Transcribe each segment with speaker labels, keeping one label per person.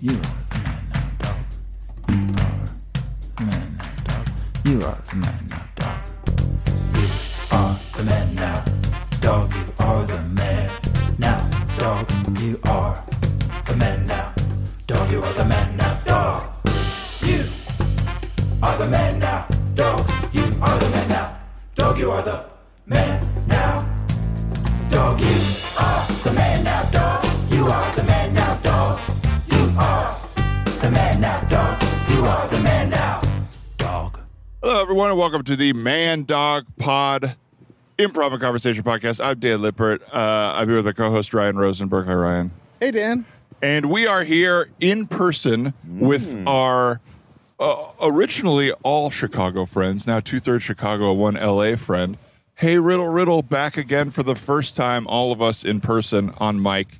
Speaker 1: You are the man now, dog. You are the man now, dog. You are the man now, dog. You are the man now, dog. You are the man now, dog. You are the man now, dog. You are the man now, dog. You are the man now, dog. You are the man now, dog. You are the man now, dog. You are the man now, dog. You are the man now, dog. You are the man now, dog. You are the man now, dog.
Speaker 2: Hello, everyone, and welcome to the Man Dog Pod Improv and Conversation Podcast. I'm Dan Lippert. Uh, I'm here with my co-host Ryan Rosenberg. Hi, Ryan.
Speaker 3: Hey, Dan.
Speaker 2: And we are here in person with our uh, originally all Chicago friends, now two thirds Chicago, one LA friend. Hey, Riddle Riddle, back again for the first time, all of us in person on mic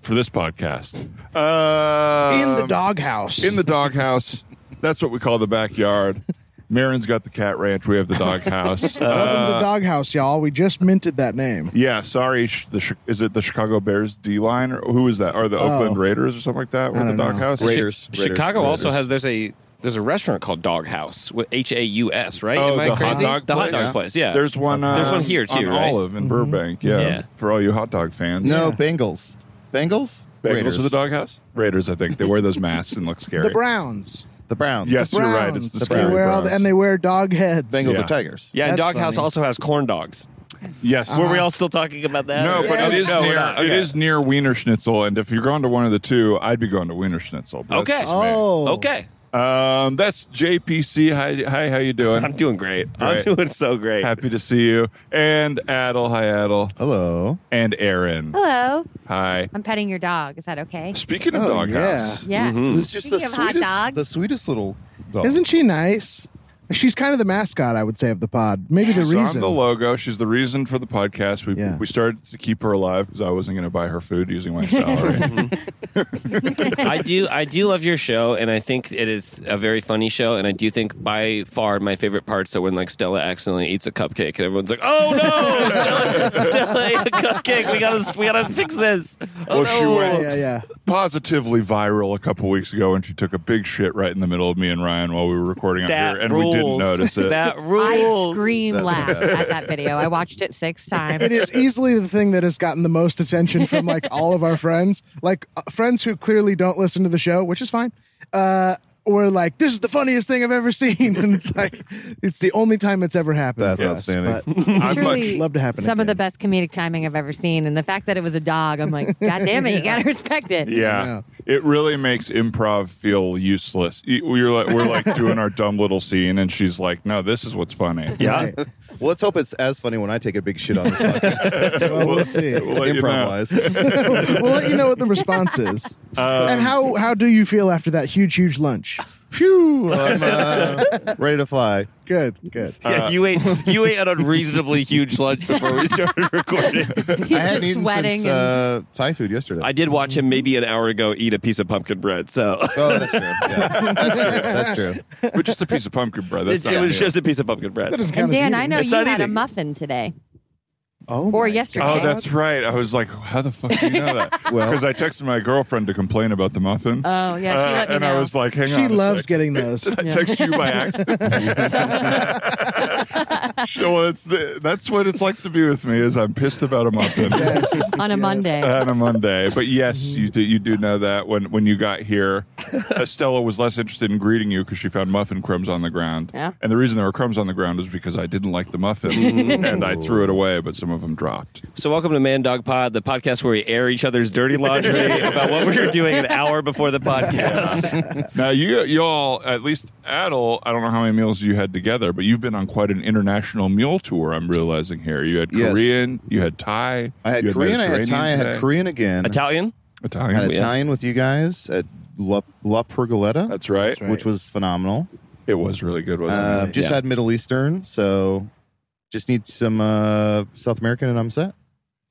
Speaker 2: for this podcast. Uh,
Speaker 3: in the doghouse.
Speaker 2: in the doghouse. That's what we call the backyard. Marin's got the cat ranch. We have the doghouse.
Speaker 4: Uh-huh.
Speaker 2: Uh,
Speaker 3: Welcome to the doghouse, y'all. We just minted that name.
Speaker 2: yeah, sorry. sh- The Chi- is it the Chicago Bears D line or who is that? Or the
Speaker 4: Oh.
Speaker 2: Oakland Raiders or something like that? Or the
Speaker 3: don't know.
Speaker 2: doghouse?
Speaker 4: Chi- Chicago also has there's a there's a restaurant called Doghouse with H A U S, right?
Speaker 2: Oh,
Speaker 4: Am I
Speaker 2: the hot
Speaker 4: crazy?
Speaker 2: dog
Speaker 4: the
Speaker 2: place.
Speaker 4: hot dog place, yeah.
Speaker 2: There's one. Uh,
Speaker 4: There's one here,
Speaker 2: on
Speaker 4: too, right? Mm-hmm.
Speaker 2: Olive in Burbank. Yeah,
Speaker 4: Yeah.
Speaker 2: for all you hot dog fans.
Speaker 5: No, Bengals. Bengals?
Speaker 2: Bagels
Speaker 5: Raiders.
Speaker 2: to the doghouse. Raiders, I think they wear those masks and look scary.
Speaker 3: The Browns.
Speaker 5: The Browns.
Speaker 2: Yes, you're
Speaker 3: Browns.
Speaker 2: right. It's the
Speaker 3: they
Speaker 2: scary
Speaker 3: wear all the,
Speaker 2: Browns.
Speaker 3: and they wear dog heads.
Speaker 5: Bengals
Speaker 2: Yeah.
Speaker 5: are Tigers.
Speaker 4: yeah, and
Speaker 3: That's
Speaker 4: Doghouse
Speaker 3: funny. Uh-huh.
Speaker 4: also has corn dogs.
Speaker 2: Yes,
Speaker 4: Were we all still talking about that?
Speaker 2: No, but
Speaker 3: Yeah,
Speaker 2: it is
Speaker 4: no, we're
Speaker 2: near.
Speaker 4: not.
Speaker 2: It
Speaker 4: Okay.
Speaker 2: is near Wiener Schnitzel, and if you're going to one of the two, I'd be going to Wiener Schnitzel. but that's
Speaker 4: Okay.
Speaker 2: just me.
Speaker 3: Oh.
Speaker 4: Okay.
Speaker 2: Um, that's JPC. Hi, hi, how you
Speaker 4: I'm
Speaker 2: doing?
Speaker 4: doing great.
Speaker 2: Great.
Speaker 4: I'm doing so great.
Speaker 2: Happy to see you. And Adel, hi Adel,
Speaker 5: Hello.
Speaker 2: and Aaron,
Speaker 6: Hello.
Speaker 2: hi.
Speaker 6: I'm petting your dog. Is that okay?
Speaker 2: Speaking of
Speaker 3: Oh,
Speaker 2: doghouse,
Speaker 6: Yeah.
Speaker 5: It's just the
Speaker 6: Speaking of hot
Speaker 5: sweetest,
Speaker 6: dogs.
Speaker 5: the sweetest little dog.
Speaker 3: Isn't she nice? She's kind of the mascot, I would say, of the pod. Maybe the
Speaker 2: she's on
Speaker 3: reason.
Speaker 2: the logo. She's the reason for the podcast. We
Speaker 3: Yeah.
Speaker 2: we started to keep her alive because I wasn't going to buy her food using my salary.
Speaker 4: I do I do love your show and I think it is a very funny show and I do think by far my favorite parts are when like Stella accidentally eats a cupcake and everyone's like, Oh no, Stella, Stella ate a cupcake. We gotta we gotta fix this. Oh,
Speaker 2: Well, she
Speaker 4: no.
Speaker 2: went-
Speaker 3: yeah, yeah.
Speaker 2: Positively viral a couple weeks ago, and she took a big shit right in the middle of me and Ryan while we were recording out
Speaker 4: That
Speaker 2: here, and
Speaker 4: rules.
Speaker 2: we didn't notice it.
Speaker 4: that
Speaker 6: I
Speaker 4: rules.
Speaker 6: scream
Speaker 5: That's
Speaker 6: laugh
Speaker 5: the best.
Speaker 6: at that video. I watched it six times.
Speaker 3: It is easily the thing that has gotten the most attention from like all of our friends, like uh, friends who clearly don't listen to the show, which is fine. Uh, were like, this is the funniest thing I've ever seen, and it's like, it's the only time it's ever happened.
Speaker 5: That's
Speaker 3: for
Speaker 5: outstanding.
Speaker 3: Us, but-
Speaker 2: I'm
Speaker 6: truly
Speaker 3: much- Love to happen
Speaker 6: some of
Speaker 3: again.
Speaker 6: the best comedic timing I've ever seen. And the fact that it was a dog, I'm like, God damn it, you gotta respect it.
Speaker 2: Yeah,
Speaker 3: know.
Speaker 2: it really makes improv feel useless. Y- We're like, we're like doing our dumb little scene, and she's like, "No, this is what's funny."
Speaker 4: Yeah.
Speaker 5: Well, let's hope it's as funny when I take a big shit on this podcast.
Speaker 3: well, we'll see.
Speaker 2: We'll let you know.
Speaker 5: Improv-wise. It
Speaker 3: we'll let you know what the response is. and how how do you feel after that huge huge lunch? Phew.
Speaker 5: I'm uh, ready to fly.
Speaker 3: Good, good.
Speaker 2: Uh,
Speaker 4: Yeah, you ate you ate an unreasonably huge lunch before we started recording.
Speaker 6: He's
Speaker 5: I hadn't
Speaker 6: just
Speaker 5: eaten
Speaker 6: sweating
Speaker 5: since
Speaker 6: and
Speaker 5: uh, Thai food yesterday.
Speaker 4: I did watch him maybe an hour ago eat a piece of pumpkin bread. So
Speaker 5: oh, that's true. Yeah. That's true. That's true.
Speaker 2: but just a piece of pumpkin bread. That's
Speaker 4: it,
Speaker 2: not
Speaker 4: it was
Speaker 2: real.
Speaker 4: just a piece of pumpkin bread.
Speaker 3: That doesn't count
Speaker 6: and
Speaker 3: as
Speaker 6: Dan,
Speaker 3: eating.
Speaker 6: I know
Speaker 4: It's
Speaker 6: you
Speaker 4: not
Speaker 6: had a
Speaker 4: eating.
Speaker 6: muffin today.
Speaker 3: Oh
Speaker 6: Or
Speaker 3: my
Speaker 6: yesterday.
Speaker 2: Oh,
Speaker 3: God.
Speaker 2: that's right. I was like, "How the fuck do you know that?"
Speaker 5: Well-
Speaker 2: Because I texted my girlfriend to complain about the muffin.
Speaker 6: Oh yeah, she
Speaker 2: Uh,
Speaker 6: let me
Speaker 2: and
Speaker 6: know.
Speaker 2: I was like, "Hang on."
Speaker 3: she
Speaker 2: a
Speaker 3: loves
Speaker 2: sec.
Speaker 3: getting those.
Speaker 2: I text you by accident. well, it's the, that's what it's like to be with me. Is I'm pissed about a muffin.
Speaker 3: Yes.
Speaker 6: on a
Speaker 3: Yes.
Speaker 6: Monday.
Speaker 2: on a Monday. But yes, you do, you do know that when when you got here, Estella was less interested in greeting you because she found muffin crumbs on the ground.
Speaker 6: Yeah.
Speaker 2: And the reason there were crumbs on the ground was because I didn't like the muffin and I threw it away, but some of them dropped.
Speaker 4: So welcome to Man Dog Pod, the podcast where we air each other's dirty laundry about what we were doing an hour before the podcast.
Speaker 2: Now you y'all at least Adel, I don't know how many meals you had together, but you've been on quite an international meal tour. I'm realizing here. You had
Speaker 5: Yes.
Speaker 2: Korean, you had Thai,
Speaker 5: I had
Speaker 2: you
Speaker 5: Korean, I had
Speaker 2: Mediterranean
Speaker 5: Thai, I had
Speaker 2: today.
Speaker 5: Korean again.
Speaker 4: Italian?
Speaker 5: I
Speaker 2: Italian.
Speaker 5: had
Speaker 4: yeah.
Speaker 5: Italian with you guys at La, La Pergoletta,
Speaker 2: That's right.
Speaker 3: That's right.
Speaker 5: which was phenomenal.
Speaker 2: It was really good, wasn't
Speaker 5: Uh,
Speaker 2: it?
Speaker 5: just
Speaker 4: Yeah.
Speaker 5: had Middle Eastern, so just need some uh, South American, and I'm set.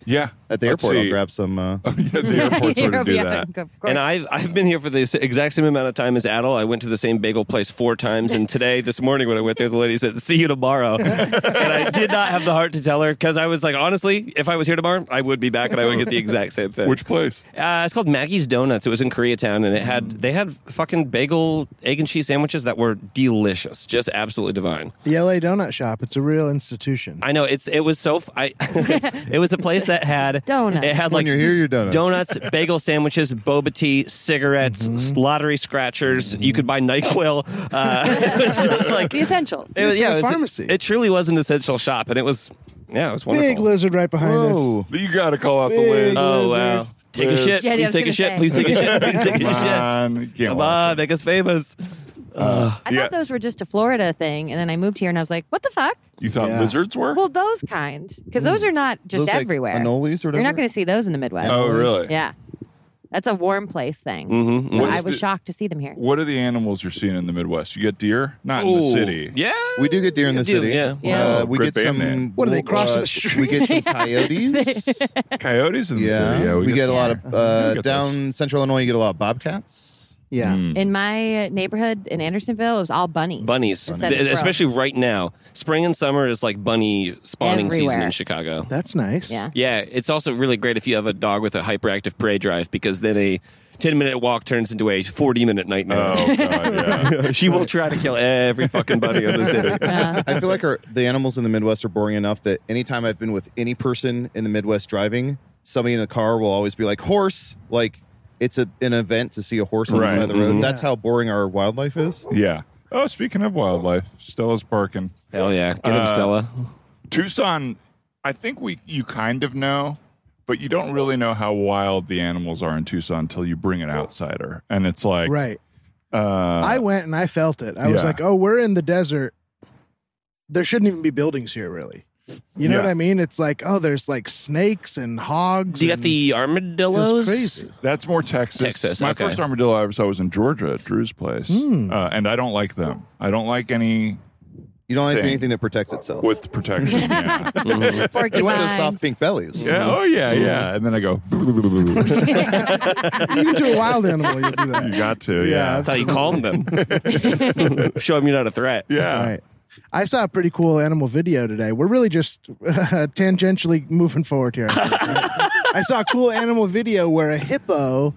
Speaker 2: Yeah.
Speaker 5: At the
Speaker 2: Let's
Speaker 5: airport, I'll
Speaker 2: see.
Speaker 5: grab some. Uh,
Speaker 2: Oh, yeah, the airport's where to do
Speaker 6: Yeah,
Speaker 2: that.
Speaker 6: of course.
Speaker 4: And I've I've been here for the exact same amount of time as Adel. I went to the same bagel place four times, and today, this morning when I went there, the lady said, "See you tomorrow," and I did not have the heart to tell her because I was like, honestly, if I was here tomorrow, I would be back and I would get the exact same thing.
Speaker 2: Which place?
Speaker 4: Uh, it's called Maggie's Donuts. It was in Koreatown, and it had they had fucking bagel, egg and cheese sandwiches that were delicious, just absolutely divine.
Speaker 3: The LA Donut Shop. It's a real institution.
Speaker 4: I know it's it was so f- I, it was a place that had
Speaker 6: Donuts.
Speaker 4: It had like
Speaker 5: when you're here, you're donuts.
Speaker 4: donuts, Mm-hmm. bagel sandwiches, boba tea, cigarettes, lottery scratchers. You could buy Nyquil. Uh, it was just like
Speaker 6: the essentials.
Speaker 4: it was, yeah,
Speaker 3: a
Speaker 4: it was-
Speaker 3: pharmacy.
Speaker 4: It truly was an essential shop, and it was yeah, it was wonderful.
Speaker 3: Big lizard right behind us.
Speaker 5: Whoa.
Speaker 2: You got to call out the
Speaker 3: Big
Speaker 2: lid.
Speaker 4: oh
Speaker 3: lizard.
Speaker 4: wow! Take a
Speaker 2: Liz.
Speaker 4: shit.
Speaker 6: Yeah, I
Speaker 4: Please
Speaker 6: was
Speaker 4: take a
Speaker 6: gonna
Speaker 4: shit.
Speaker 6: say.
Speaker 4: Please take a shit. Please take a shit.
Speaker 2: Man, you can't
Speaker 4: Come
Speaker 2: watch
Speaker 4: on, make us famous.
Speaker 6: I
Speaker 2: Yeah.
Speaker 6: thought those were just a Florida thing, and then I moved here and I was like, "What the fuck?"
Speaker 2: it. You thought
Speaker 3: Yeah.
Speaker 2: lizards were?
Speaker 6: Well, those kind, because those are not just
Speaker 5: Mm. Those, like,
Speaker 6: everywhere.
Speaker 5: anoles or
Speaker 6: You're not
Speaker 5: whatever?
Speaker 6: going to see those in the Midwest.
Speaker 2: oh, really?
Speaker 6: Yeah, that's a warm place thing.
Speaker 4: Mhm,
Speaker 6: But
Speaker 2: What's
Speaker 6: I was
Speaker 2: the-
Speaker 6: shocked to see them here.
Speaker 2: What are the animals you're seeing in the Midwest? You get deer? Not in the
Speaker 4: Ooh,
Speaker 2: city.
Speaker 4: Yeah,
Speaker 5: We do get deer in the
Speaker 4: We do,
Speaker 5: city.
Speaker 4: yeah.
Speaker 6: Yeah.
Speaker 5: Uh, we
Speaker 2: Great
Speaker 5: get
Speaker 2: band
Speaker 5: some.
Speaker 2: name.
Speaker 3: What, do they
Speaker 5: uh,
Speaker 3: cross the street?
Speaker 5: We get some coyotes.
Speaker 2: Coyotes in the
Speaker 5: yeah.
Speaker 2: city. Yeah,
Speaker 5: we, get, a
Speaker 2: some
Speaker 5: lot
Speaker 2: there.
Speaker 5: of
Speaker 2: We
Speaker 5: uh,
Speaker 2: get
Speaker 5: down central Illinois. You get a lot of bobcats.
Speaker 3: Yeah.
Speaker 6: In my neighborhood in Andersonville, it was all bunnies.
Speaker 4: bunnies,
Speaker 6: Instead of
Speaker 4: Th-
Speaker 6: squirrels.
Speaker 4: especially right now. Spring and summer is like bunny spawning season
Speaker 6: Everywhere.
Speaker 4: in Chicago.
Speaker 3: That's nice.
Speaker 6: Yeah.
Speaker 4: Yeah, it's also really great if you have a dog with a hyperactive prey drive because then a 10 minute walk turns into a 40 minute nightmare.
Speaker 2: Oh, God, yeah.
Speaker 4: she will try to kill every fucking bunny in the city.
Speaker 6: Uh,
Speaker 5: I feel like our, the animals in the Midwest are boring enough that anytime I've been with any person in the Midwest driving, somebody in the car will always be like horse. Like it's a, an event to see a horse on
Speaker 2: Right. Mm-hmm.
Speaker 5: the side of the road.
Speaker 4: Mhm.
Speaker 5: That's how boring our wildlife is.
Speaker 2: yeah. Oh, speaking of wildlife, Stella's barking.
Speaker 4: Hell yeah. Get him,
Speaker 2: Uh,
Speaker 4: Stella.
Speaker 2: Tucson, I think we you kind of know, but you don't really know how wild the animals are in Tucson until you bring an outsider, and it's like
Speaker 3: Right.
Speaker 2: Uh,
Speaker 3: I went and I felt it. I was
Speaker 2: yeah.
Speaker 3: like, oh, we're in the desert. There shouldn't even be buildings here, really. You know
Speaker 2: Yeah.
Speaker 3: what I mean? It's like, oh, there's like snakes and hogs.
Speaker 4: Do you got
Speaker 3: and-
Speaker 4: the
Speaker 3: Feels
Speaker 4: armadillos?
Speaker 3: crazy.
Speaker 2: That's more Texas.
Speaker 4: Texas,
Speaker 2: My
Speaker 4: okay.
Speaker 2: first armadillo I ever saw was in Georgia at Drew's place, uh, and I don't like them. I don't like any
Speaker 5: You don't like
Speaker 2: Thing.
Speaker 5: anything that protects itself.
Speaker 2: with protection. Yeah.
Speaker 5: you want those soft
Speaker 6: porcupines.
Speaker 5: pink bellies.
Speaker 2: Yeah, Oh yeah. Yeah. And then I go. you
Speaker 3: Even to a wild animal, you do that.
Speaker 2: got to. Yeah.
Speaker 3: Yeah.
Speaker 4: That's how you calm them. Show them you're not a threat.
Speaker 2: Yeah.
Speaker 3: Right. I saw a pretty cool animal video today. We're really just tangentially moving forward here. I saw a cool animal video where a hippo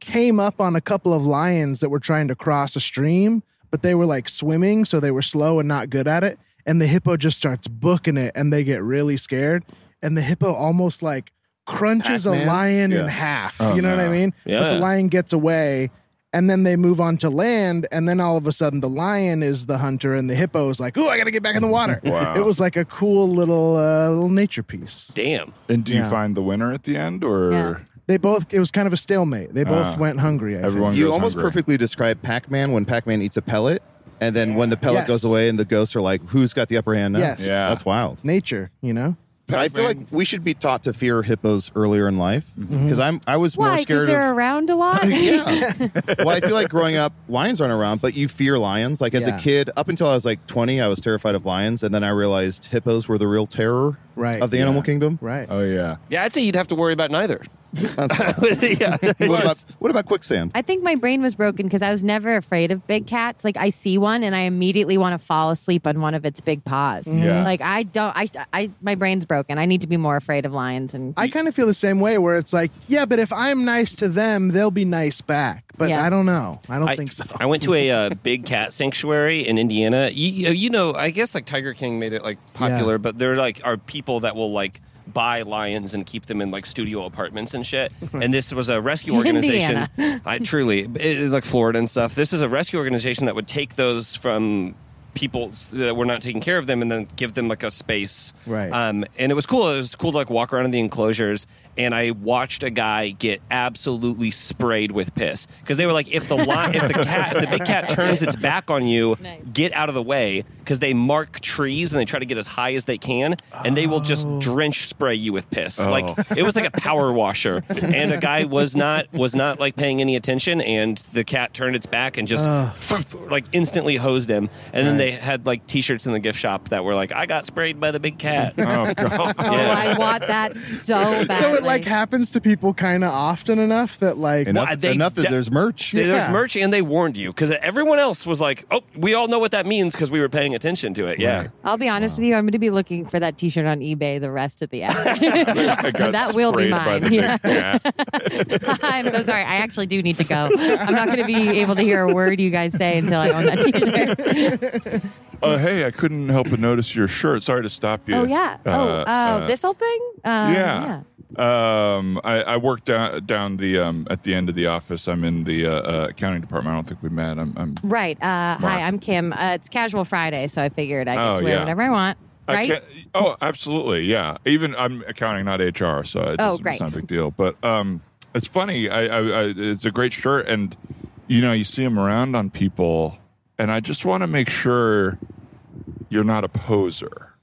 Speaker 3: came up on a couple of lions that were trying to cross a stream, but they were like swimming, so they were slow and not good at it. And the hippo just starts booking it, and they get really scared. And the hippo almost like crunches a
Speaker 5: Pac-Man?
Speaker 3: lion in
Speaker 5: Yeah.
Speaker 3: half. you know what I mean? But
Speaker 4: Yeah.
Speaker 3: the lion gets away, and then they move on to land, and then all of a sudden the lion is the hunter, and the hippo is like, "Ooh, I gotta get back in the water."
Speaker 2: Wow.
Speaker 3: It was like a cool little uh, little nature piece.
Speaker 4: Damn.
Speaker 2: And do you
Speaker 3: Yeah.
Speaker 2: find the winner at the end, or
Speaker 6: Yeah.
Speaker 3: They both. It was kind of a stalemate. They
Speaker 2: Ah.
Speaker 3: both went hungry. I
Speaker 2: everyone?
Speaker 5: You
Speaker 2: goes
Speaker 5: almost
Speaker 2: hungry?
Speaker 5: perfectly describe Pac Man when Pac Man eats a pellet. And then when the pellet
Speaker 3: Yes.
Speaker 5: goes away and the ghosts are like, who's got the upper hand now?
Speaker 3: Yes.
Speaker 2: Yeah.
Speaker 5: That's wild.
Speaker 3: think. nature. You know.
Speaker 5: I feel like we should be taught to fear hippos earlier in life
Speaker 2: Mm-hmm.
Speaker 5: because I'm I was more
Speaker 6: Why? Because
Speaker 5: scared
Speaker 6: they're
Speaker 5: of.
Speaker 6: around a lot.
Speaker 5: yeah. well, I feel like growing up, lions aren't around, but you fear lions. Like as
Speaker 3: Yeah.
Speaker 5: a kid, up until I was like 20, I was terrified of lions, and then I realized hippos were the real terror
Speaker 3: Right.
Speaker 5: of the animal kingdom.
Speaker 3: Right.
Speaker 2: Oh yeah.
Speaker 4: Yeah, I'd say you'd have to worry about neither.
Speaker 5: That's-
Speaker 4: yeah.
Speaker 5: what, about, what about quicksand?
Speaker 6: I think my brain was broken because I was never afraid of big cats. Like I see one and I immediately want to fall asleep on one of its big paws.
Speaker 2: Yeah.
Speaker 6: Like I don't. I, I my brain's broken. I need to be more afraid of lions and.
Speaker 3: I kind of feel the same way, where it's like, yeah, but if I'm nice to them, they'll be nice back. But
Speaker 6: Yeah.
Speaker 3: I don't know. I don't think so.
Speaker 4: I went to a uh, big cat sanctuary in Indiana. You, you- you know, I guess like Tiger King made it like popular,
Speaker 3: Yeah.
Speaker 4: but there like are people that will like buy lions and keep them in like studio apartments and shit. And this was a rescue organization. I truly it- it- like Florida and stuff. This is a rescue organization that would take those from people s- that were not taking care of them and then give them like a space
Speaker 3: Right.
Speaker 4: um, and it was cool. It was cool to like walk around in the enclosures, and I watched a guy get absolutely sprayed with piss because they were like, if the li- if the cat, if the big cat turns its back on you,
Speaker 6: Nice.
Speaker 4: get out of the way because they mark trees and they try to get as high as they can, and they will just drench spray you with piss. Like it was like a power washer, and a guy was not was not like paying any attention, and the cat turned its back and just like instantly hosed him. And then they had like T-shirts in the gift shop that were like, "I got sprayed by the big cat."
Speaker 2: Oh god.
Speaker 6: Oh,
Speaker 4: Yeah.
Speaker 6: I want that so badly.
Speaker 3: So it like happens to people kind of often enough that like
Speaker 5: Enough,
Speaker 4: Well, they-
Speaker 5: enough that
Speaker 4: that-
Speaker 5: there's merch.
Speaker 4: There was
Speaker 3: Yeah.
Speaker 4: merch, and they warned you because everyone else was like, "Oh, we all know what that means because we were paying attention to it." Yeah,
Speaker 6: I'll be honest with you. I'm going to be looking for that T-shirt on eBay the rest of the hour.
Speaker 2: I got
Speaker 6: That will be
Speaker 2: sprayed by
Speaker 6: mine.
Speaker 2: the big
Speaker 6: Yeah.
Speaker 2: cat.
Speaker 6: I'm so sorry. I actually do need to go. I'm not going to be able to hear a word you guys say until I own that T-shirt.
Speaker 2: Uh, hey, I couldn't help but notice your shirt. Sorry to stop you.
Speaker 6: Oh yeah. Oh,
Speaker 2: Uh,
Speaker 6: uh,
Speaker 2: uh,
Speaker 6: this whole thing. Uh,
Speaker 2: yeah. Um, I, I work down down the um at the end of the office. I'm in the uh, uh, accounting department. I don't think we met. I'm, I'm
Speaker 6: Right. Uh, hi, I'm Kim. Uh, it's Casual Friday, so I figured I get
Speaker 2: Oh,
Speaker 6: to wear
Speaker 2: yeah.
Speaker 6: whatever I want.
Speaker 2: I
Speaker 6: Right.
Speaker 2: can't- oh, absolutely. Yeah. Even I'm accounting, not HR, so it
Speaker 6: Oh,
Speaker 2: doesn't-
Speaker 6: great.
Speaker 2: it's not a big deal. But um, it's funny. I, I, I it's a great shirt, and you know, you see them around on people, and I just want to make sure you're not a poser.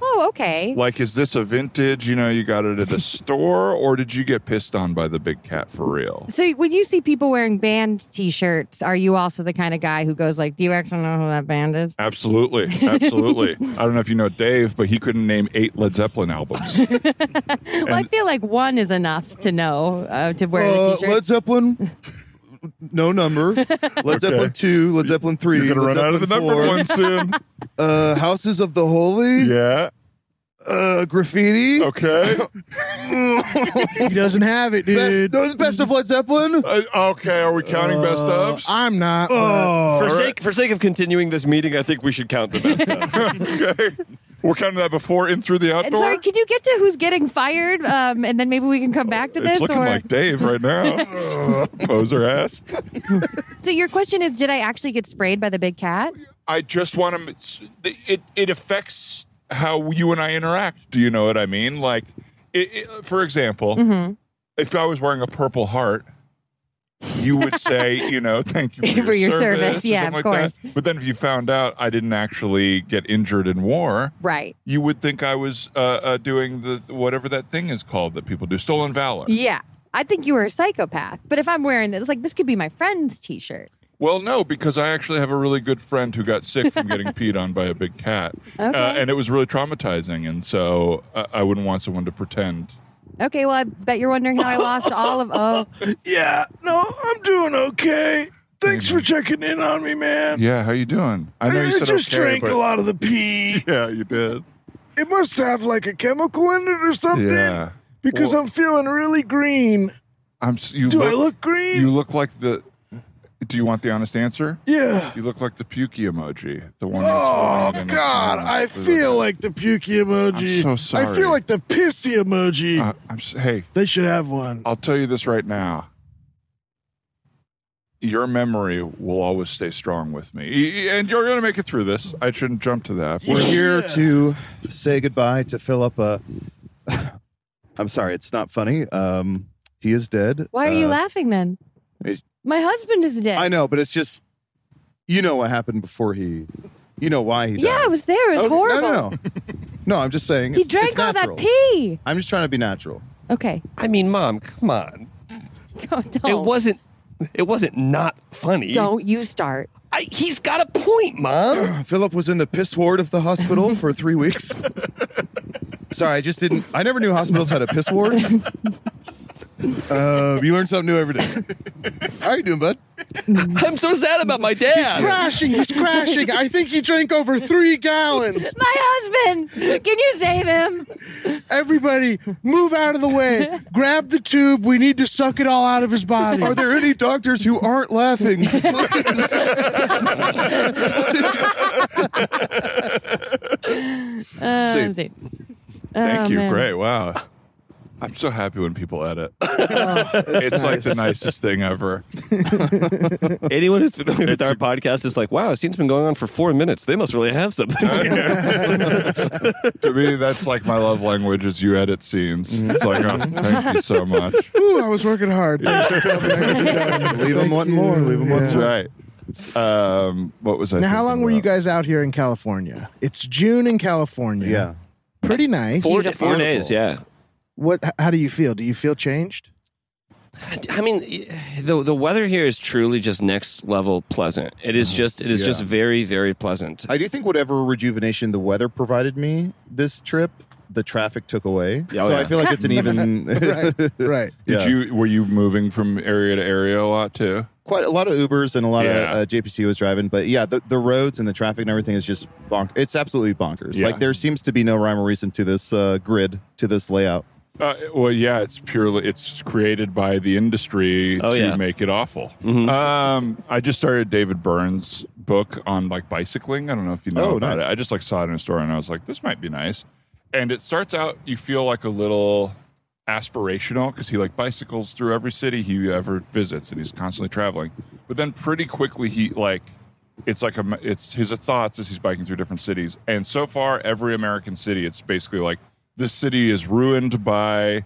Speaker 6: Oh, okay.
Speaker 2: Like, is this a vintage? You know, you got it at a store, or did you get pissed on by the big cat for real?
Speaker 6: So when you see people wearing band T-shirts, are you also the kind of guy who goes like, "Do you actually know who that band is?"
Speaker 2: Absolutely, absolutely. I don't know if you know Dave, but he couldn't name eight Led Zeppelin albums.
Speaker 6: Well, I feel like one is enough to know uh, to wear
Speaker 5: Uh,
Speaker 6: the T-shirt.
Speaker 5: Led Zeppelin, no number. Led Zeppelin two, Led Zeppelin three.
Speaker 2: You're gonna
Speaker 5: Led
Speaker 2: run out of the
Speaker 5: Zeppelin
Speaker 2: number
Speaker 5: four.
Speaker 2: one soon.
Speaker 5: Uh, Houses of the Holy.
Speaker 2: Yeah.
Speaker 5: Uh, graffiti.
Speaker 2: Okay.
Speaker 3: he doesn't have it,
Speaker 5: Best,
Speaker 3: dude.
Speaker 5: those best of Led Zeppelin. Uh,
Speaker 2: Uh, okay, are we counting best
Speaker 3: Uh,
Speaker 2: ofs?
Speaker 3: I'm not.
Speaker 4: for sake for sake of continuing this meeting, I think we should count the best. of.
Speaker 2: okay. We're counting that before in through the
Speaker 6: And
Speaker 2: outdoor.
Speaker 6: sorry, could you get to who's getting fired? Um, and then maybe we can come back to
Speaker 2: it's
Speaker 6: this.
Speaker 2: looking
Speaker 6: or
Speaker 2: like Dave right now. Ugh, Poser ass.
Speaker 6: so your question is, did I actually get sprayed by the big cat?
Speaker 2: I just want to. It it affects how you and I interact. Do you know what I mean? Like, it, it, for example,
Speaker 6: Mm-hmm.
Speaker 2: if I was wearing a purple heart, you would say, you know, thank you for,
Speaker 6: For your service.
Speaker 2: service or
Speaker 6: Yeah,
Speaker 2: something
Speaker 6: of
Speaker 2: like that.
Speaker 6: course.
Speaker 2: But then if you found out I didn't actually get injured in war,
Speaker 6: Right.
Speaker 2: you would think I was uh, uh, doing the whatever that thing is called that people do, stolen valor.
Speaker 6: Yeah. I think you were a psychopath. But if I'm wearing this, like this could be my friend's T-shirt.
Speaker 2: Well, no, because I actually have a really good friend who got sick from getting peed on by a big cat, uh,
Speaker 6: Okay.
Speaker 2: and it was really traumatizing, and so uh, I wouldn't want someone to pretend.
Speaker 6: Okay. Well, I bet you're wondering how I lost all of. Oh,
Speaker 3: yeah, no, I'm doing okay. Thanks
Speaker 2: Mm-hmm.
Speaker 3: for checking in on me, man.
Speaker 2: Yeah, how you doing? I know you said
Speaker 3: just
Speaker 2: okay,
Speaker 3: drank
Speaker 2: but-
Speaker 3: a lot of the pee.
Speaker 2: Yeah, you did.
Speaker 3: It must have like a chemical in it or something.
Speaker 2: Yeah,
Speaker 3: Because
Speaker 2: Well,
Speaker 3: I'm feeling really green.
Speaker 2: I'm. s- You
Speaker 3: Do
Speaker 2: look,
Speaker 3: I look green?
Speaker 2: You look like the. Do you want the honest answer?
Speaker 3: yeah.
Speaker 2: You look like the pukey emoji, the one. that's
Speaker 3: Oh
Speaker 2: holding it in its
Speaker 3: God!
Speaker 2: hand.
Speaker 3: I feel like the pukey emoji.
Speaker 2: I'm so
Speaker 3: I
Speaker 2: sorry.
Speaker 3: feel like the pissy emoji.
Speaker 2: Uh, I'm. s- Hey,
Speaker 3: they should have one.
Speaker 2: I'll tell you this right now. Your memory will always stay strong with me. E- e- And you're going to make it through this. I shouldn't jump to that.
Speaker 5: We're here
Speaker 3: Yeah.
Speaker 5: to say goodbye to Philip. Uh, I'm sorry, it's not funny. Um, he is dead.
Speaker 6: why are you
Speaker 5: Uh,
Speaker 6: laughing then?
Speaker 5: it's-
Speaker 6: My husband is dead.
Speaker 5: I know, but it's just you know what happened before he, you know why he died.
Speaker 6: Yeah, I was there. It was
Speaker 5: Okay,
Speaker 6: horrible.
Speaker 5: No, no, no. No, I'm just saying.
Speaker 6: He
Speaker 5: it's-
Speaker 6: drank
Speaker 5: it's
Speaker 6: all
Speaker 5: natural.
Speaker 6: that pee.
Speaker 5: I'm just trying to be natural.
Speaker 6: Okay.
Speaker 4: I mean, mom, come on.
Speaker 6: Don't.
Speaker 4: It wasn't. It wasn't not funny.
Speaker 6: Oh. Don't you start.
Speaker 4: I, he's got a point, mom.
Speaker 5: Philip was in the piss ward of the hospital for three weeks. Sorry, I just didn't. I never knew hospitals had a piss ward. Uh, you learn something new every day. How you doing, bud?
Speaker 4: I'm so sad about my dad.
Speaker 3: crashing. He's crashing. Ah. I think he drank over three gallons.
Speaker 6: My husband. Can you save him?
Speaker 3: Everybody, move out of the way. Grab the tube. We need to suck it all out of his body.
Speaker 5: Are there any doctors who aren't laughing? Please.
Speaker 6: Uh,
Speaker 5: See.
Speaker 6: let's see.
Speaker 2: Thank
Speaker 6: Oh,
Speaker 2: you.
Speaker 6: man.
Speaker 2: Great. Wow. I'm so happy when people edit.
Speaker 3: Oh,
Speaker 2: it's like the nicest thing ever.
Speaker 4: Anyone who's familiar with our podcast is like, wow, scene's been going on for four minutes. They must really have something.
Speaker 2: to me, that's like my love language is you edit scenes.
Speaker 3: Mm-hmm.
Speaker 2: It's like, oh, thank you so much.
Speaker 3: Ooh, I was working hard. Thanks for telling me I could do better.
Speaker 5: Leave them wanting more. Leave them wanting
Speaker 2: That's
Speaker 5: more.
Speaker 2: right. Um, what was I?
Speaker 3: Now, how
Speaker 2: thinking
Speaker 3: long were you
Speaker 2: about?
Speaker 3: guys out here in California? It's June in California.
Speaker 5: Yeah.
Speaker 3: Pretty nice.
Speaker 4: Four,
Speaker 5: Beautiful.
Speaker 4: four days, yeah.
Speaker 3: What? h- How do you feel? Do you feel changed?
Speaker 4: I mean, the the weather here is truly just next level pleasant. It is just it is just very very pleasant.
Speaker 5: I do think whatever rejuvenation the weather provided me this trip, the traffic took away. so
Speaker 4: yeah.
Speaker 5: I feel like it's an even
Speaker 3: Right.
Speaker 2: Did
Speaker 5: Yeah.
Speaker 2: you were you moving from area to area a lot too?
Speaker 5: quite a lot of Ubers and a lot
Speaker 2: Yeah.
Speaker 5: of uh, JPC was driving, but yeah, the, the roads and the traffic and everything is just bonk. It's absolutely bonkers.
Speaker 2: Yeah.
Speaker 5: Like there seems to be no rhyme or reason to this uh, grid, to this layout.
Speaker 2: Uh, well, yeah, it's purely it's created by the industry
Speaker 4: Oh,
Speaker 2: to
Speaker 4: yeah. Mm-hmm.
Speaker 2: make it awful. Um, I just started David Burns' book on like bicycling. I don't know if you know
Speaker 5: Oh,
Speaker 2: about
Speaker 5: nice.
Speaker 2: it. I just like saw it in a store and I was like, this might be nice. And it starts out, you feel like a little aspirational because he like bicycles through every city he ever visits and he's constantly traveling. But then pretty quickly he like it's like a it's his thoughts as he's biking through different cities. And so far, every American city, it's basically like this city is ruined by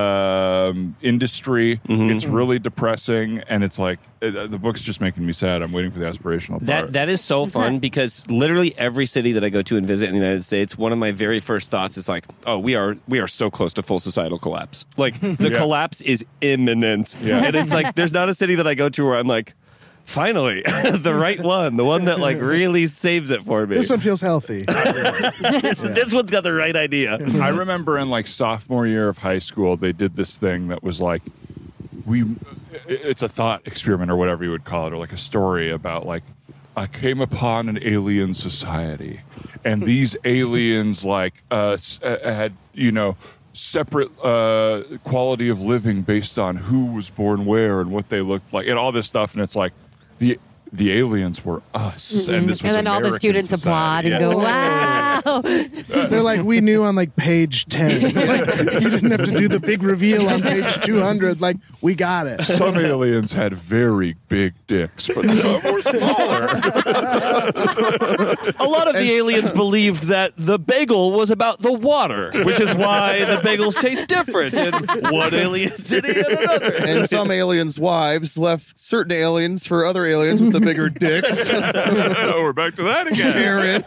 Speaker 2: um industry it's really depressing and it's like uh, the book's just making me sad i'm waiting for the aspirational part
Speaker 4: That that is so fun because literally every city that I go to and visit in the United States, one of my very first thoughts is like, "Oh, we are we are so close to full societal collapse. Like the
Speaker 2: Yeah.
Speaker 4: collapse is imminent."
Speaker 2: Yeah.
Speaker 4: And it's like there's not a city that I go to where I'm like, "Finally, the right one, the one that like really saves it for me."
Speaker 3: This one feels healthy.
Speaker 4: this one's got the right idea.
Speaker 2: I remember in like sophomore year of high school, they did this thing that was like, we, it's a thought experiment or whatever you would call it, or like a story about like, I came upon an alien society, and these aliens like uh, s- uh, had you know separate uh, quality of living based on who was born where and what they looked like, and all this stuff, and it's like the. The aliens were us, and this was
Speaker 6: Mm-hmm. and then all the
Speaker 2: American
Speaker 6: students applaud
Speaker 2: society.
Speaker 6: and
Speaker 2: Yeah.
Speaker 6: go, wow.
Speaker 3: They're like, we knew on like page 10. Like, you didn't have to do the big reveal on page 200. Like, we got it.
Speaker 2: Some aliens had very big dicks, but some were smaller.
Speaker 4: A lot of the aliens believed that the bagel was about the water, which is why the bagels taste different in one alien city and another.
Speaker 5: And some aliens' wives left certain aliens for other aliens with the bigger dicks.
Speaker 2: Oh, We're back to that again.
Speaker 5: Karen.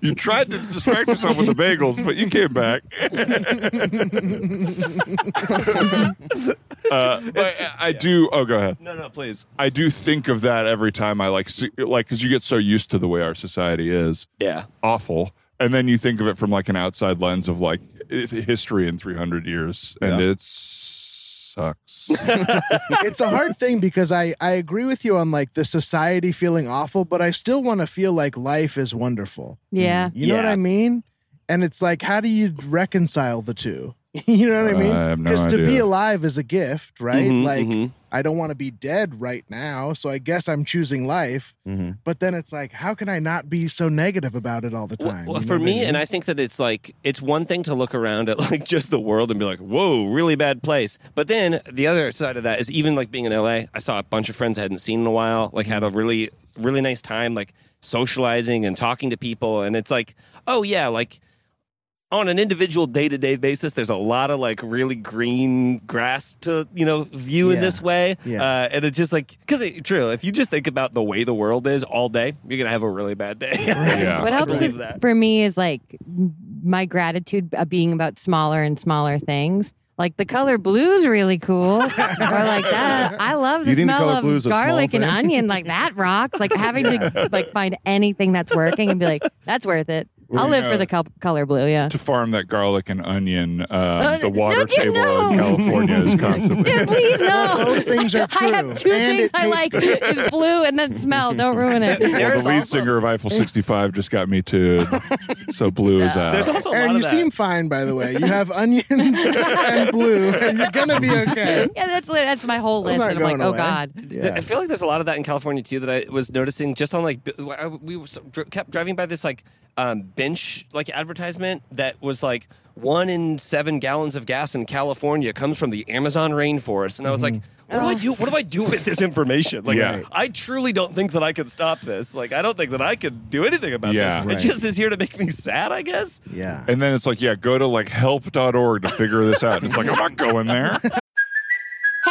Speaker 2: You tried to distract yourself with the bagels, but you came back. uh, but I do. Oh, go ahead.
Speaker 4: No, no, please.
Speaker 2: I do think of that every time I like, see, like, because you get so used to the way our society is
Speaker 4: Yeah.
Speaker 2: awful, and then you think of it from like an outside lens of like i- history in 300 years, and
Speaker 5: Yeah.
Speaker 2: it sucks.
Speaker 3: it's a hard thing because I, I agree with you on like the society feeling awful, but I still want to feel like life is wonderful.
Speaker 6: yeah.
Speaker 3: You know what
Speaker 4: Yeah.
Speaker 3: I mean? And it's like, how do you reconcile the two? you know what I mean?
Speaker 2: I have no
Speaker 3: Because to be
Speaker 2: idea.
Speaker 3: alive is a gift, right?
Speaker 4: Mhm,
Speaker 3: like,
Speaker 4: mhm.
Speaker 3: I don't want to be dead right now, so I guess I'm choosing life.
Speaker 2: Mm-hmm.
Speaker 5: Mhm.
Speaker 3: But then it's like, how can I not be so negative about it all the
Speaker 4: Well,
Speaker 3: time?
Speaker 4: well, for me, and I think that it's like it's one thing to look around at like just the world and be like, "Whoa, really bad place." But then the other side of that is even like being in LA. I saw a bunch of friends I hadn't seen in a while. Like
Speaker 3: Mm-hmm.
Speaker 4: had a really really nice time, like socializing and talking to people. And it's like, oh yeah, like on an individual day to day basis, there's a lot of like really green grass to you know view in
Speaker 3: Yeah.
Speaker 4: this way,
Speaker 3: Yeah.
Speaker 4: uh, and it's just like because it, true, if you just think about the way the world is all day, you're gonna have a really bad day.
Speaker 2: Yeah.
Speaker 6: What
Speaker 4: I
Speaker 6: helps
Speaker 4: believe
Speaker 6: is-
Speaker 4: that.
Speaker 6: for me is like m- my gratitude of being about smaller and smaller things. Like the color blue's really cool. or like that, I love the
Speaker 5: You think the
Speaker 6: smell
Speaker 5: color
Speaker 6: of
Speaker 5: blue's a small
Speaker 6: garlic and
Speaker 5: thing?
Speaker 6: onion. Like that rocks. Like having to like find anything that's working and be like, that's worth it.
Speaker 2: Well,
Speaker 6: I'll
Speaker 2: you
Speaker 6: live
Speaker 2: know-
Speaker 6: for the col- color blue. Yeah.
Speaker 2: to farm that garlic and onion, um, the water
Speaker 6: don't you
Speaker 2: table in
Speaker 6: know?
Speaker 2: California is constantly.
Speaker 6: Dude, please no.
Speaker 3: Both things are
Speaker 6: I
Speaker 3: true,
Speaker 6: have two
Speaker 3: and
Speaker 6: things
Speaker 3: it
Speaker 6: I
Speaker 3: tastes
Speaker 6: like: is blue and then smell. Don't ruin it.
Speaker 2: Well,
Speaker 4: There's
Speaker 2: the lead
Speaker 4: also-
Speaker 2: singer of Eiffel 65 just got me to so blue is out.
Speaker 4: There's also a lot
Speaker 3: Aaron,
Speaker 4: of
Speaker 3: you
Speaker 4: that.
Speaker 3: seem fine, by the way. You have onions and blue, and you're gonna be okay.
Speaker 6: Yeah, that's li- that's my whole
Speaker 3: That's
Speaker 6: list.
Speaker 3: not
Speaker 6: And I'm like,
Speaker 3: going
Speaker 6: oh
Speaker 3: away.
Speaker 6: god.
Speaker 4: Th- I feel like there's a lot of that in California too that I was noticing just on like b- I- we were so- dr- kept driving by this like um, bench like advertisement that was like one in seven gallons of gas in California comes from the Amazon rainforest, and I was like. What do I do? What do I do with this information? Like,
Speaker 2: Yeah.
Speaker 4: I truly don't think that I can stop this. Like, I don't think that I can do anything about
Speaker 2: Yeah.
Speaker 4: this.
Speaker 2: Right.
Speaker 4: It just is here to make me sad, I guess.
Speaker 3: Yeah.
Speaker 2: and then it's like, yeah, go to like help.org to figure this out. And it's like, I'm not going there.
Speaker 7: Hey,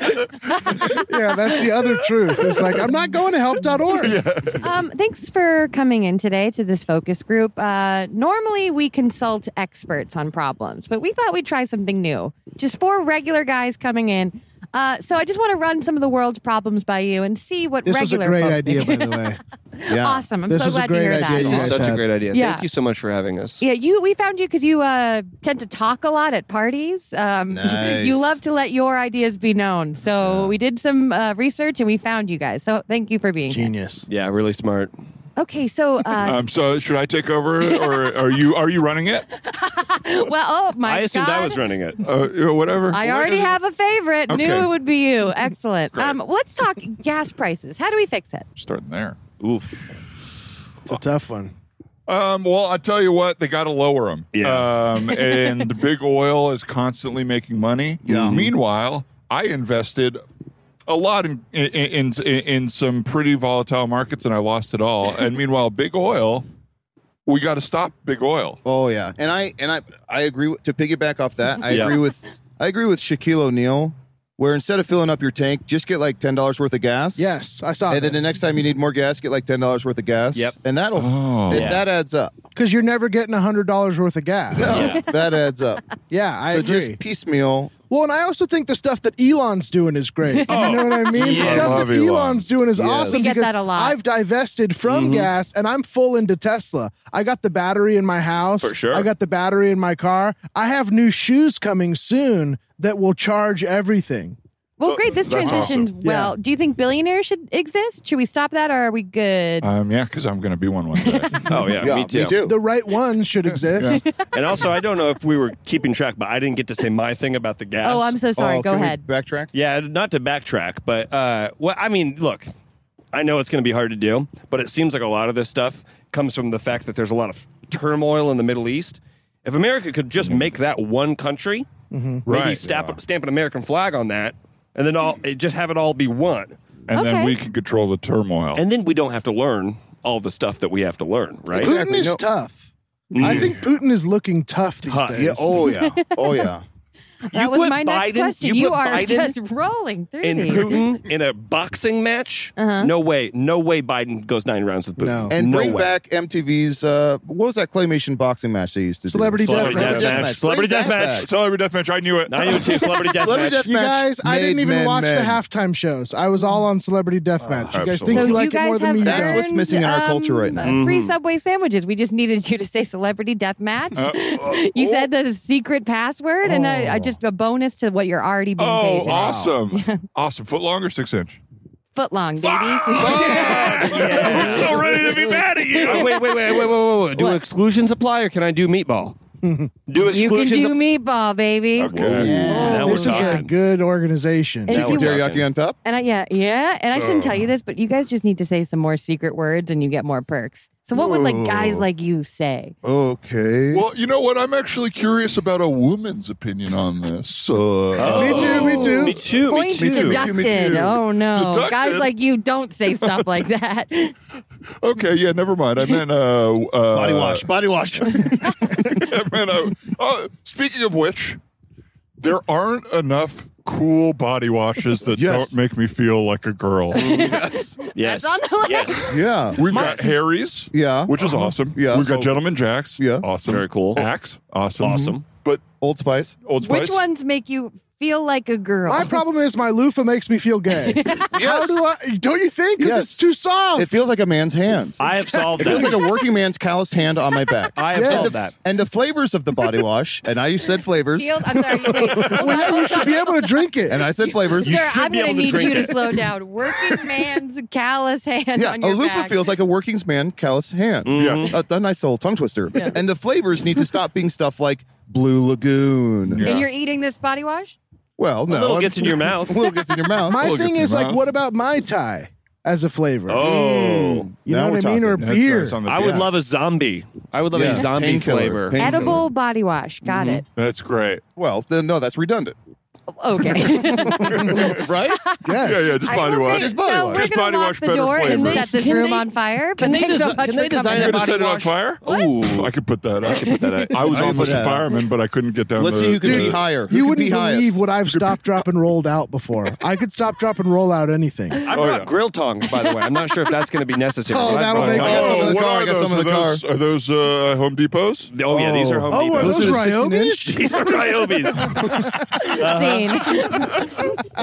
Speaker 3: yeah, that's the other truth. It's like, I'm not going to help.org.
Speaker 6: Um, thanks for coming in today to this focus group. Uh, normally, we consult experts on problems, but we thought we'd try something new. Just four regular guys coming in. Uh, so I just want to run some of the world's problems by you and see what
Speaker 3: This was a
Speaker 6: regular
Speaker 3: great
Speaker 6: folk
Speaker 3: idea,
Speaker 6: think.
Speaker 3: by the way.
Speaker 5: Yeah.
Speaker 6: awesome! I'm
Speaker 3: This
Speaker 6: so
Speaker 3: was a
Speaker 6: glad to
Speaker 3: great
Speaker 6: hear
Speaker 3: idea
Speaker 6: that.
Speaker 3: you
Speaker 4: This is
Speaker 3: Yeah.
Speaker 4: such a
Speaker 3: Yeah.
Speaker 4: great idea.
Speaker 6: Yeah.
Speaker 4: Thank you so much for having us.
Speaker 6: Yeah, you. We found you because you uh, tend to talk a lot at parties. Um,
Speaker 5: Nice.
Speaker 6: You love to let your ideas be known. So we did some uh, research and we found you guys. So thank you for being here.
Speaker 3: Genius.
Speaker 4: Yeah, really smart.
Speaker 6: Okay, so uh,
Speaker 2: Um, so should I take over, or are you are you running it?
Speaker 6: well, oh my
Speaker 4: Uh, I assumed
Speaker 6: God.
Speaker 4: I was running it.
Speaker 2: Uh, yeah, whatever.
Speaker 6: I already have a favorite. Knew
Speaker 2: Okay.
Speaker 6: it would be you. Excellent.
Speaker 2: Great.
Speaker 6: Um, let's talk gas prices. How do we fix it?
Speaker 2: Starting there.
Speaker 4: Oof.
Speaker 3: It's a tough one.
Speaker 2: Um, well, I tell you what, they got to lower them.
Speaker 4: Yeah.
Speaker 2: Um, and big oil is constantly making money. Yeah. Meanwhile, I invested a lot in in, in in some pretty volatile markets, and I lost it all. And meanwhile, big oil, we got to stop big oil.
Speaker 5: Oh yeah, and I and I I agree with, to piggyback off that. I
Speaker 4: Yeah.
Speaker 5: agree with I agree with Shaquille O'Neal, where instead of filling up your tank, just get like ten dollars worth of gas.
Speaker 3: Yes, I saw
Speaker 5: and then the next time you need more gas, get like ten dollars worth of gas.
Speaker 4: Yep.
Speaker 5: and that'll
Speaker 2: Oh.
Speaker 5: it-
Speaker 4: Yeah.
Speaker 5: that adds up.
Speaker 3: Because you're never getting $100 worth of gas.
Speaker 4: Yeah.
Speaker 5: that adds up.
Speaker 3: Yeah, I
Speaker 5: so
Speaker 3: agree.
Speaker 5: just piecemeal.
Speaker 3: Well, and I also think the stuff that Elon's doing is great. You know what I mean?
Speaker 4: Oh. yeah.
Speaker 3: The
Speaker 2: I
Speaker 3: stuff
Speaker 2: love
Speaker 3: that
Speaker 2: Elon.
Speaker 3: Elon's doing is
Speaker 5: Yes.
Speaker 3: awesome.
Speaker 6: We get
Speaker 3: because
Speaker 6: that a lot.
Speaker 3: I've divested from gas and I'm full into Tesla. I got the battery in my house.
Speaker 4: For sure.
Speaker 3: I got the battery in my car. I have new shoes coming soon that will charge everything.
Speaker 6: Well,
Speaker 4: Oh,
Speaker 6: great. This
Speaker 2: that's
Speaker 6: transitions well. Do you think billionaires should exist? Should we stop that, or are we good?
Speaker 4: Uh,
Speaker 2: Um, yeah, because I'm going to be one one day.
Speaker 4: Oh yeah, me too.
Speaker 3: The right ones should exist.
Speaker 4: And also, I don't know if we were keeping track, but I didn't get to say my thing about the gas.
Speaker 6: oh, I'm so sorry.
Speaker 5: Oh,
Speaker 6: Go
Speaker 5: can we
Speaker 6: ahead.
Speaker 5: Backtrack.
Speaker 4: Yeah, not to backtrack, but uh, well, I mean, look, I know it's going to be hard to do, but it seems like a lot of this stuff comes from the fact that there's a lot of turmoil in the Middle East. If America could just make that one country, maybe
Speaker 2: Right,
Speaker 4: stamp,
Speaker 2: yeah.
Speaker 4: stamp an American flag on that, and then all it- just have it all be one,
Speaker 2: and
Speaker 6: Okay.
Speaker 2: then we can control the turmoil.
Speaker 4: and then we don't have to learn all the stuff that we have to learn, right?
Speaker 3: Putin is
Speaker 5: No.
Speaker 3: tough.
Speaker 4: Mm.
Speaker 3: I think Putin is looking tough these
Speaker 4: Tough.
Speaker 3: days.
Speaker 5: Yeah. Oh yeah. Oh yeah.
Speaker 6: that
Speaker 4: you
Speaker 6: was
Speaker 4: put
Speaker 6: my next
Speaker 4: Biden-
Speaker 6: question.
Speaker 4: you
Speaker 6: You,
Speaker 4: put
Speaker 6: are
Speaker 4: Biden
Speaker 6: just rolling through
Speaker 4: And
Speaker 6: these.
Speaker 4: Putin in a boxing match?
Speaker 6: Uh-huh.
Speaker 4: No way. No way Biden goes nine rounds with Putin.
Speaker 3: No.
Speaker 5: And
Speaker 4: no
Speaker 5: bring
Speaker 4: way.
Speaker 5: back MTV's uh, what was that claymation boxing match they used to
Speaker 3: Celebrity
Speaker 5: do?
Speaker 3: Celebrity Deathmatch.
Speaker 4: Deathmatch. Celebrity
Speaker 5: Bring that
Speaker 4: Deathmatch.
Speaker 5: back.
Speaker 2: Celebrity deathmatch. I knew it.
Speaker 4: I knew it too. Celebrity deathmatch.
Speaker 5: Celebrity deathmatch.
Speaker 3: You guys, I didn't
Speaker 5: made
Speaker 3: even
Speaker 5: men
Speaker 3: watch
Speaker 5: men.
Speaker 3: the halftime shows. I was all on Celebrity Deathmatch. You guys
Speaker 2: absolutely.
Speaker 3: think
Speaker 6: so
Speaker 3: you like
Speaker 6: you
Speaker 3: it more
Speaker 6: guys
Speaker 3: than
Speaker 6: have
Speaker 3: me?
Speaker 5: That's
Speaker 3: don't.
Speaker 5: what's missing in our
Speaker 6: earned,
Speaker 5: culture right now.
Speaker 6: uh, Free Subway sandwiches. We just needed you to say celebrity death match.
Speaker 2: Uh,
Speaker 6: you said the secret password, and I, I just a bonus to what you're already being paid.
Speaker 2: Oh,
Speaker 6: today.
Speaker 2: awesome! awesome. Foot long or six inch?
Speaker 6: Foot long, baby.
Speaker 2: I'm so ready to be mad at you.
Speaker 4: Oh, wait, wait, wait, wait, wait, wait, wait. Do
Speaker 6: What?
Speaker 4: exclusions apply or can I do meatball? do
Speaker 6: you can
Speaker 4: exclusions
Speaker 6: do meatball, baby.
Speaker 2: Okay.
Speaker 5: Oh,
Speaker 3: Yeah,
Speaker 4: Now we're
Speaker 3: this is a
Speaker 4: talking.
Speaker 3: good organization.
Speaker 6: And-
Speaker 4: Now we're
Speaker 5: Chicken
Speaker 4: talking.
Speaker 5: teriyaki on top.
Speaker 6: And I, yeah, yeah. And I shouldn't tell you this, but you guys just need to say some more secret words and you get more perks. So what would like guys like you say?
Speaker 5: Okay.
Speaker 2: Well, you know what? I'm actually curious about a woman's opinion on this. Uh,
Speaker 5: Oh.
Speaker 3: me too, me too.
Speaker 4: Me too. Me
Speaker 6: Points
Speaker 4: too.
Speaker 6: deducted.
Speaker 5: Me too, me too.
Speaker 6: Oh no.
Speaker 2: Deducted?
Speaker 6: Guys like you don't say stuff like that.
Speaker 2: okay, yeah, never mind. I meant uh, uh,
Speaker 5: Body wash, body wash.
Speaker 2: I meant, uh, uh, speaking of which, there aren't enough cool body washes that
Speaker 5: Yes.
Speaker 2: don't make me feel like a girl.
Speaker 5: yes.
Speaker 4: Yes.
Speaker 6: on the list.
Speaker 4: yes.
Speaker 5: Yeah.
Speaker 2: We've got Harry's,
Speaker 5: Yeah. Uh-huh.
Speaker 2: which is awesome.
Speaker 5: Yeah.
Speaker 2: we've got Gentleman Jacks,
Speaker 5: Yeah.
Speaker 2: awesome,
Speaker 4: Very cool.
Speaker 2: Axe, awesome,
Speaker 4: Awesome.
Speaker 2: But
Speaker 5: Old Spice.
Speaker 2: Old Spice,
Speaker 6: Which ones make you feel like a girl?
Speaker 3: My problem is my loofah makes me feel gay. How do I? Don't you think? Because
Speaker 5: Yes.
Speaker 3: it's too soft.
Speaker 5: It feels like a man's hand.
Speaker 4: I have solved
Speaker 5: It feels like
Speaker 4: that.
Speaker 5: a working man's calloused hand on my back.
Speaker 4: I have
Speaker 5: and
Speaker 4: solved
Speaker 5: the,
Speaker 4: that.
Speaker 5: And the flavors of the body wash, and I said flavors,
Speaker 6: Feel- I'm sorry. Wait, hold on,
Speaker 3: you
Speaker 6: hold
Speaker 3: should
Speaker 6: on.
Speaker 3: be able to drink it.
Speaker 5: and I said flavors.
Speaker 6: Sir,
Speaker 4: should
Speaker 6: I'm
Speaker 4: be
Speaker 6: going to
Speaker 4: able to
Speaker 6: need
Speaker 4: drink
Speaker 6: you to
Speaker 4: it.
Speaker 6: slow down. Working man's callous hand
Speaker 5: yeah,
Speaker 6: on
Speaker 5: a
Speaker 6: your
Speaker 5: loofah
Speaker 6: back.
Speaker 5: feels like a working man's calloused hand.
Speaker 2: Yeah.
Speaker 5: A, a nice little tongue twister. And the flavors need to stop being stuff like Blue Lagoon.
Speaker 2: Yeah.
Speaker 6: And you're eating this body wash?
Speaker 5: Well, no.
Speaker 4: little gets in your mouth.
Speaker 5: a little gets in your mouth.
Speaker 3: My
Speaker 2: Well,
Speaker 3: thing
Speaker 2: get
Speaker 3: is
Speaker 2: your
Speaker 3: like,
Speaker 2: mouth.
Speaker 3: what about my tie as a flavor? Mm.
Speaker 4: Oh.
Speaker 3: you
Speaker 5: Now
Speaker 3: know
Speaker 5: we're
Speaker 3: what I mean?
Speaker 5: talking.
Speaker 3: Or
Speaker 5: That's
Speaker 3: beer.
Speaker 2: nice on the
Speaker 4: I would
Speaker 2: beer.
Speaker 4: love a zombie. I would love
Speaker 5: Yeah.
Speaker 4: a zombie
Speaker 5: Painkiller.
Speaker 4: flavor.
Speaker 5: Pain-
Speaker 6: Edible body wash. Got it.
Speaker 2: That's great.
Speaker 5: Well, then no, that's redundant.
Speaker 6: Okay.
Speaker 5: right?
Speaker 3: Yes.
Speaker 2: Yeah, yeah, just
Speaker 6: I
Speaker 2: body
Speaker 6: will
Speaker 2: wash.
Speaker 6: think-
Speaker 5: Just body
Speaker 6: so
Speaker 5: wash.
Speaker 6: We're
Speaker 2: Just
Speaker 6: gonna
Speaker 2: body
Speaker 6: lock
Speaker 2: wash,
Speaker 6: the
Speaker 2: better
Speaker 6: door and
Speaker 2: flavor.
Speaker 6: set this
Speaker 4: Can
Speaker 6: room
Speaker 4: they-
Speaker 6: on fire. But
Speaker 4: Can they,
Speaker 6: thanks so
Speaker 4: desi-
Speaker 6: much
Speaker 4: can they
Speaker 6: for
Speaker 4: design a
Speaker 6: coming.
Speaker 2: You're gonna
Speaker 4: body
Speaker 2: set it on
Speaker 4: wash?
Speaker 2: fire?
Speaker 4: Ooh.
Speaker 2: I could put that up. I,
Speaker 4: that up.
Speaker 2: was
Speaker 5: I could
Speaker 2: almost
Speaker 5: put
Speaker 2: a
Speaker 5: that up.
Speaker 2: fireman, but I couldn't get down.
Speaker 5: Let's
Speaker 2: the,
Speaker 5: see who can
Speaker 2: the-
Speaker 5: be higher. Who
Speaker 3: You
Speaker 5: can
Speaker 3: wouldn't
Speaker 5: be
Speaker 3: believe
Speaker 5: highest?
Speaker 3: what I've stop, drop, and rolled out before. I could stop, drop, and roll out anything.
Speaker 4: I
Speaker 2: Oh,
Speaker 4: brought
Speaker 2: yeah.
Speaker 4: grill tongs, by the way. I'm not sure if that's going to be necessary.
Speaker 3: Oh,
Speaker 4: but I
Speaker 3: that'll
Speaker 4: brought
Speaker 3: make-
Speaker 4: tongs.
Speaker 5: I got some in the
Speaker 2: what
Speaker 5: car,
Speaker 2: are
Speaker 5: I got
Speaker 2: those?
Speaker 5: some in the
Speaker 2: Are those- Are those uh, Home Depots?
Speaker 4: Oh, yeah, these are Home
Speaker 3: Oh, are
Speaker 4: Depot.
Speaker 3: those
Speaker 5: Those are the
Speaker 3: Ryobis?
Speaker 5: 16 inch?
Speaker 4: These are Ryobis.
Speaker 6: Scene. oh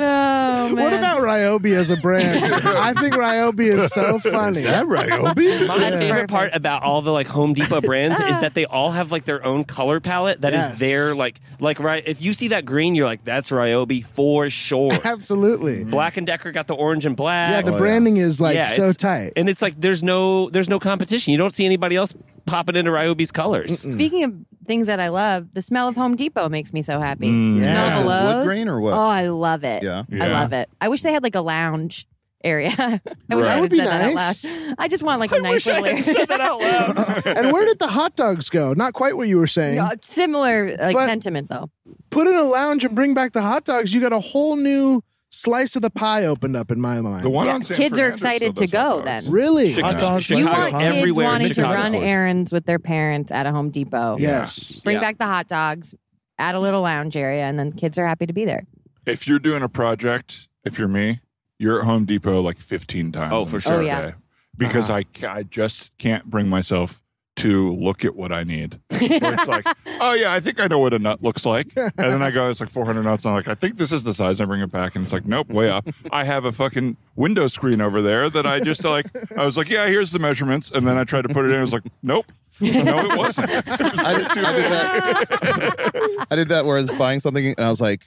Speaker 6: man.
Speaker 3: What about Ryobi as a brand? I think Ryobi is so funny.
Speaker 5: Ryobi?
Speaker 4: My
Speaker 6: Yeah.
Speaker 4: favorite part about all the like Home Depot brands is that they all have like their own color palette. That is
Speaker 3: Yes.
Speaker 4: their like like right. If you see that green, you're like, that's Ryobi for sure.
Speaker 3: Absolutely.
Speaker 4: Black and Decker got the orange and black.
Speaker 3: Yeah, the
Speaker 5: yeah.
Speaker 3: branding is like
Speaker 4: Yeah,
Speaker 3: so
Speaker 4: it's-
Speaker 3: tight.
Speaker 4: and it's like there's no there's no competition. You don't see anybody else popping into Ryobi's colors.
Speaker 6: Speaking of things that I love, the smell of Home Depot makes me so happy.
Speaker 2: Mm.
Speaker 6: The
Speaker 3: Yeah.
Speaker 6: Smell of the
Speaker 5: Wood
Speaker 6: Lowe's.
Speaker 5: grain or what?
Speaker 6: Oh, I love it.
Speaker 5: Yeah.
Speaker 6: I
Speaker 2: Yeah.
Speaker 6: love it. I wish they had like a lounge area. I wish I
Speaker 3: That
Speaker 6: would
Speaker 3: would
Speaker 6: have
Speaker 3: be
Speaker 6: said that out
Speaker 3: nice.
Speaker 6: loud. I just want like a nice little area.
Speaker 4: that out loud.
Speaker 3: and where did the hot dogs go? Not quite what you were saying.
Speaker 6: Yeah, Similar like
Speaker 3: But-
Speaker 6: sentiment though.
Speaker 3: Put in a lounge and bring back the hot dogs. You got a whole new slice of the pie opened up in my mind.
Speaker 2: The one on San
Speaker 6: Kids are
Speaker 2: Fernando still
Speaker 6: excited to
Speaker 2: does hot
Speaker 6: go
Speaker 2: dogs.
Speaker 6: then.
Speaker 3: really?
Speaker 2: Hot
Speaker 5: dogs,
Speaker 6: You
Speaker 5: Chicago
Speaker 6: want
Speaker 5: hot
Speaker 6: kids
Speaker 4: everywhere in
Speaker 6: wanting to
Speaker 4: Chicago.
Speaker 6: run errands with their parents at a Home Depot.
Speaker 3: Yes.
Speaker 6: Bring
Speaker 4: Yeah.
Speaker 6: back the hot dogs, add a little lounge area, and then kids are happy to be there.
Speaker 2: If you're doing a project, if you're me, you're at Home Depot like 15 times.
Speaker 4: Oh,
Speaker 2: on
Speaker 4: for
Speaker 2: a
Speaker 6: sure. Oh, yeah.
Speaker 2: Saturday Because
Speaker 5: Uh-huh.
Speaker 2: I, ca- I just can't bring myself to look at what I need. Where it's like, oh yeah, I think I know what a nut looks like, and then I go, it's like 400 nuts, and I'm like, I think this is the size. I bring it back, and it's like, nope, way up. I have a fucking window screen over there that I just like. I was like, yeah, here's the measurements, and then I tried to put it in, I was like, nope, no, it wasn't.
Speaker 5: I did, I did that. I did that where I was buying something and I was like,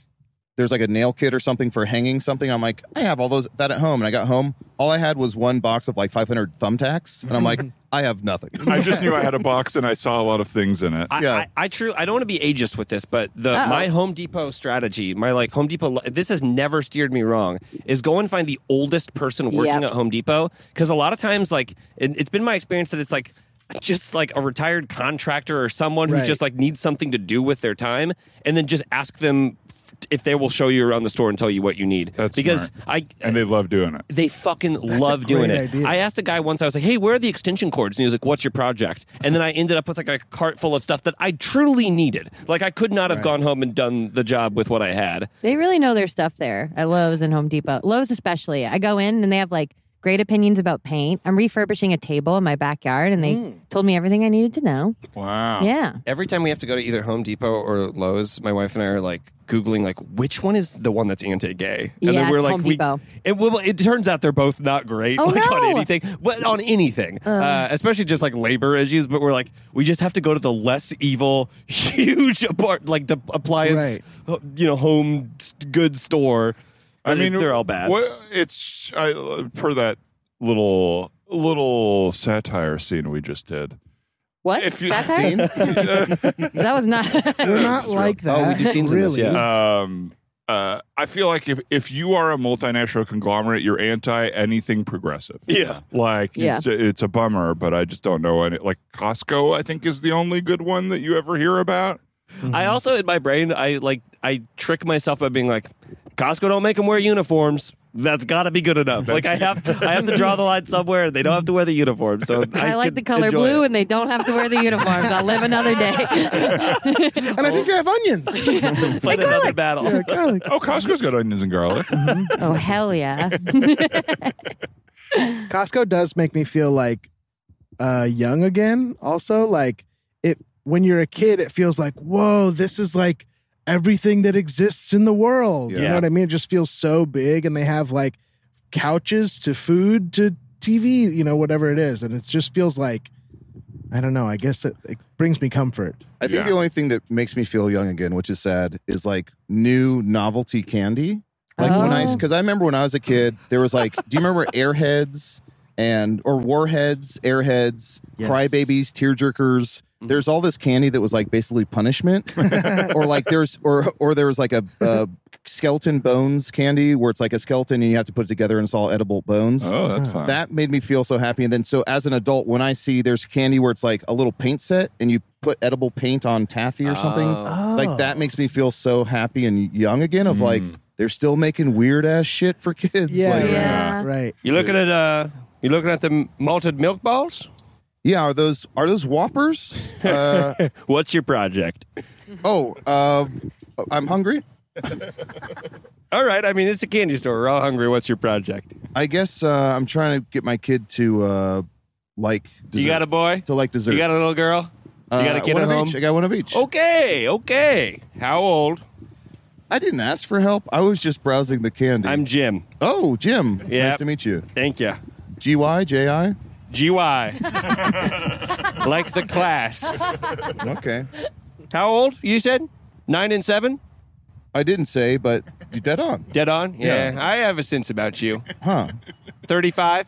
Speaker 5: there's like a nail kit or something for hanging something. I'm like, I have all those that at home. And I got home, all I had was one box of like 500 thumbtacks. And I'm like, I have nothing.
Speaker 2: I just knew I had a box, and I saw a lot of things in it.
Speaker 4: I,
Speaker 5: Yeah.
Speaker 4: I, I true. I don't want to be ageist with this, but the
Speaker 6: Uh-oh.
Speaker 4: my Home Depot strategy, my like Home Depot, li- this has never steered me wrong. Is go and find the oldest person working
Speaker 6: Yep.
Speaker 4: at Home Depot because a lot of times, like it, it's been my experience that it's like just like a retired contractor or someone who
Speaker 3: Right.
Speaker 4: just like needs something to do with their time, and then just ask them f- if they will show you around the store and tell you what you need.
Speaker 2: That's
Speaker 4: because
Speaker 2: smart.
Speaker 4: I
Speaker 2: and they love doing it.
Speaker 4: they fucking love doing
Speaker 3: great
Speaker 4: it.
Speaker 3: idea.
Speaker 4: I asked a guy once, I was like, hey, where are the extension cords? And he was like, what's your project? And then I ended up with like a cart full of stuff that I truly needed. Like, I could not have gone home and done the job with what I had.
Speaker 6: They really know their stuff there at Lowe's and Home Depot. Lowe's especially. I go in and they have like great opinions about paint. I'm refurbishing a table in my backyard and they told me everything I needed to know.
Speaker 2: Wow.
Speaker 6: Yeah.
Speaker 4: Every time we have to go to either Home Depot or Lowe's, my wife and I are like Googling, like, which one is the one that's anti gay? And
Speaker 6: Yeah,
Speaker 4: we're
Speaker 6: it's
Speaker 4: like,
Speaker 6: Home
Speaker 4: we-
Speaker 6: Depot.
Speaker 4: It, well, it turns out they're both not great
Speaker 6: Oh,
Speaker 4: like,
Speaker 6: no.
Speaker 4: on anything, but on anything, uh, especially just like labor issues. But we're like, we just have to go to the less evil, huge apart, like de- appliance, uh, you know, home s- goods store.
Speaker 2: I
Speaker 4: And
Speaker 2: mean,
Speaker 4: they're all bad.
Speaker 2: What, it's I, per that little little satire scene we just did.
Speaker 6: What?
Speaker 2: If you-
Speaker 6: Satire? that was not.
Speaker 3: We're not like
Speaker 4: Oh, we
Speaker 3: that.
Speaker 4: do scenes in this,
Speaker 3: really.
Speaker 4: yeah.
Speaker 2: Um, uh, I feel like if if you are a multinational conglomerate, you're anti anything progressive.
Speaker 4: Yeah.
Speaker 2: Like
Speaker 6: Yeah.
Speaker 2: it's, a, it's a bummer, but I just don't know any. Like Costco, I think is the only good one that you ever hear about.
Speaker 6: Mm-hmm.
Speaker 4: I also in my brain, I like I trick myself by being like, Costco don't make them wear uniforms. That's got to be good enough. like I have, I have to draw the line somewhere. They don't have to wear the uniform. So I,
Speaker 6: I, like
Speaker 4: can
Speaker 6: the color
Speaker 4: enjoy
Speaker 6: blue
Speaker 4: it.
Speaker 6: and they don't have to wear the uniforms. I'll live another day.
Speaker 3: And I think they have onions.
Speaker 4: Fight another battle.
Speaker 3: Yeah, garlic.
Speaker 2: Oh, Costco's got onions and garlic.
Speaker 6: oh, hell yeah.
Speaker 3: Costco does make me feel like uh, young again. Also, like it when you're a kid, it feels like whoa, this is like everything that exists in the world. You
Speaker 4: Yeah.
Speaker 3: know what I mean? It just feels so big, and they have like couches to food to TV, you know, whatever it is, and it just feels like I don't know. I guess it, it brings me comfort.
Speaker 5: I think
Speaker 2: Yeah.
Speaker 5: the only thing that makes me feel young again, which is sad, is like new novelty candy. Like when I,
Speaker 6: Oh.
Speaker 5: because I remember when I was a kid, there was like, do you remember Airheads and or Warheads, Airheads,
Speaker 3: Yes.
Speaker 5: Crybabies, Tearjerkers? There's all this candy that was like basically punishment, or like there's or or there was like a, a skeleton bones candy where it's like a skeleton and you have to put it together and it's all edible bones.
Speaker 2: Oh, that's fine.
Speaker 5: That made me feel so happy. And then, so as an adult, when I see there's candy where it's like a little paint set and you put edible paint on taffy or something,
Speaker 6: Ah.
Speaker 8: Oh.
Speaker 5: like that makes me feel so happy and young again. Of like,
Speaker 4: Hmm.
Speaker 5: they're still making weird ass shit for kids.
Speaker 3: Yeah.
Speaker 5: Like,
Speaker 6: Yeah.
Speaker 3: Right.
Speaker 8: You looking at uh, you looking at the malted milk balls?
Speaker 5: yeah. Are those are those whoppers? Uh,
Speaker 4: What's your project?
Speaker 5: oh, uh, I'm hungry.
Speaker 4: All right. I mean, it's a candy store. We're all hungry. What's your project?
Speaker 5: I guess uh, I'm trying to get my kid to uh, like dessert.
Speaker 4: You got a boy?
Speaker 5: to like dessert.
Speaker 4: You got a little girl?
Speaker 5: Uh,
Speaker 4: You got a kid
Speaker 5: one
Speaker 4: at
Speaker 5: of
Speaker 4: home? Oh.
Speaker 5: Each. I got one of each.
Speaker 4: Okay. Okay. How old?
Speaker 5: I didn't ask for help. I was just browsing the candy.
Speaker 4: I'm Jim.
Speaker 5: oh, Jim.
Speaker 4: Yeah.
Speaker 5: Nice to meet you.
Speaker 4: Thank you.
Speaker 5: G Y J I.
Speaker 4: GY. like the class.
Speaker 5: Okay.
Speaker 4: How old? You said nine and seven.
Speaker 5: I didn't say, but you dead on.
Speaker 4: Dead on. Yeah,
Speaker 5: Yeah.
Speaker 4: I have a sense about you.
Speaker 5: Huh.
Speaker 4: Thirty-five.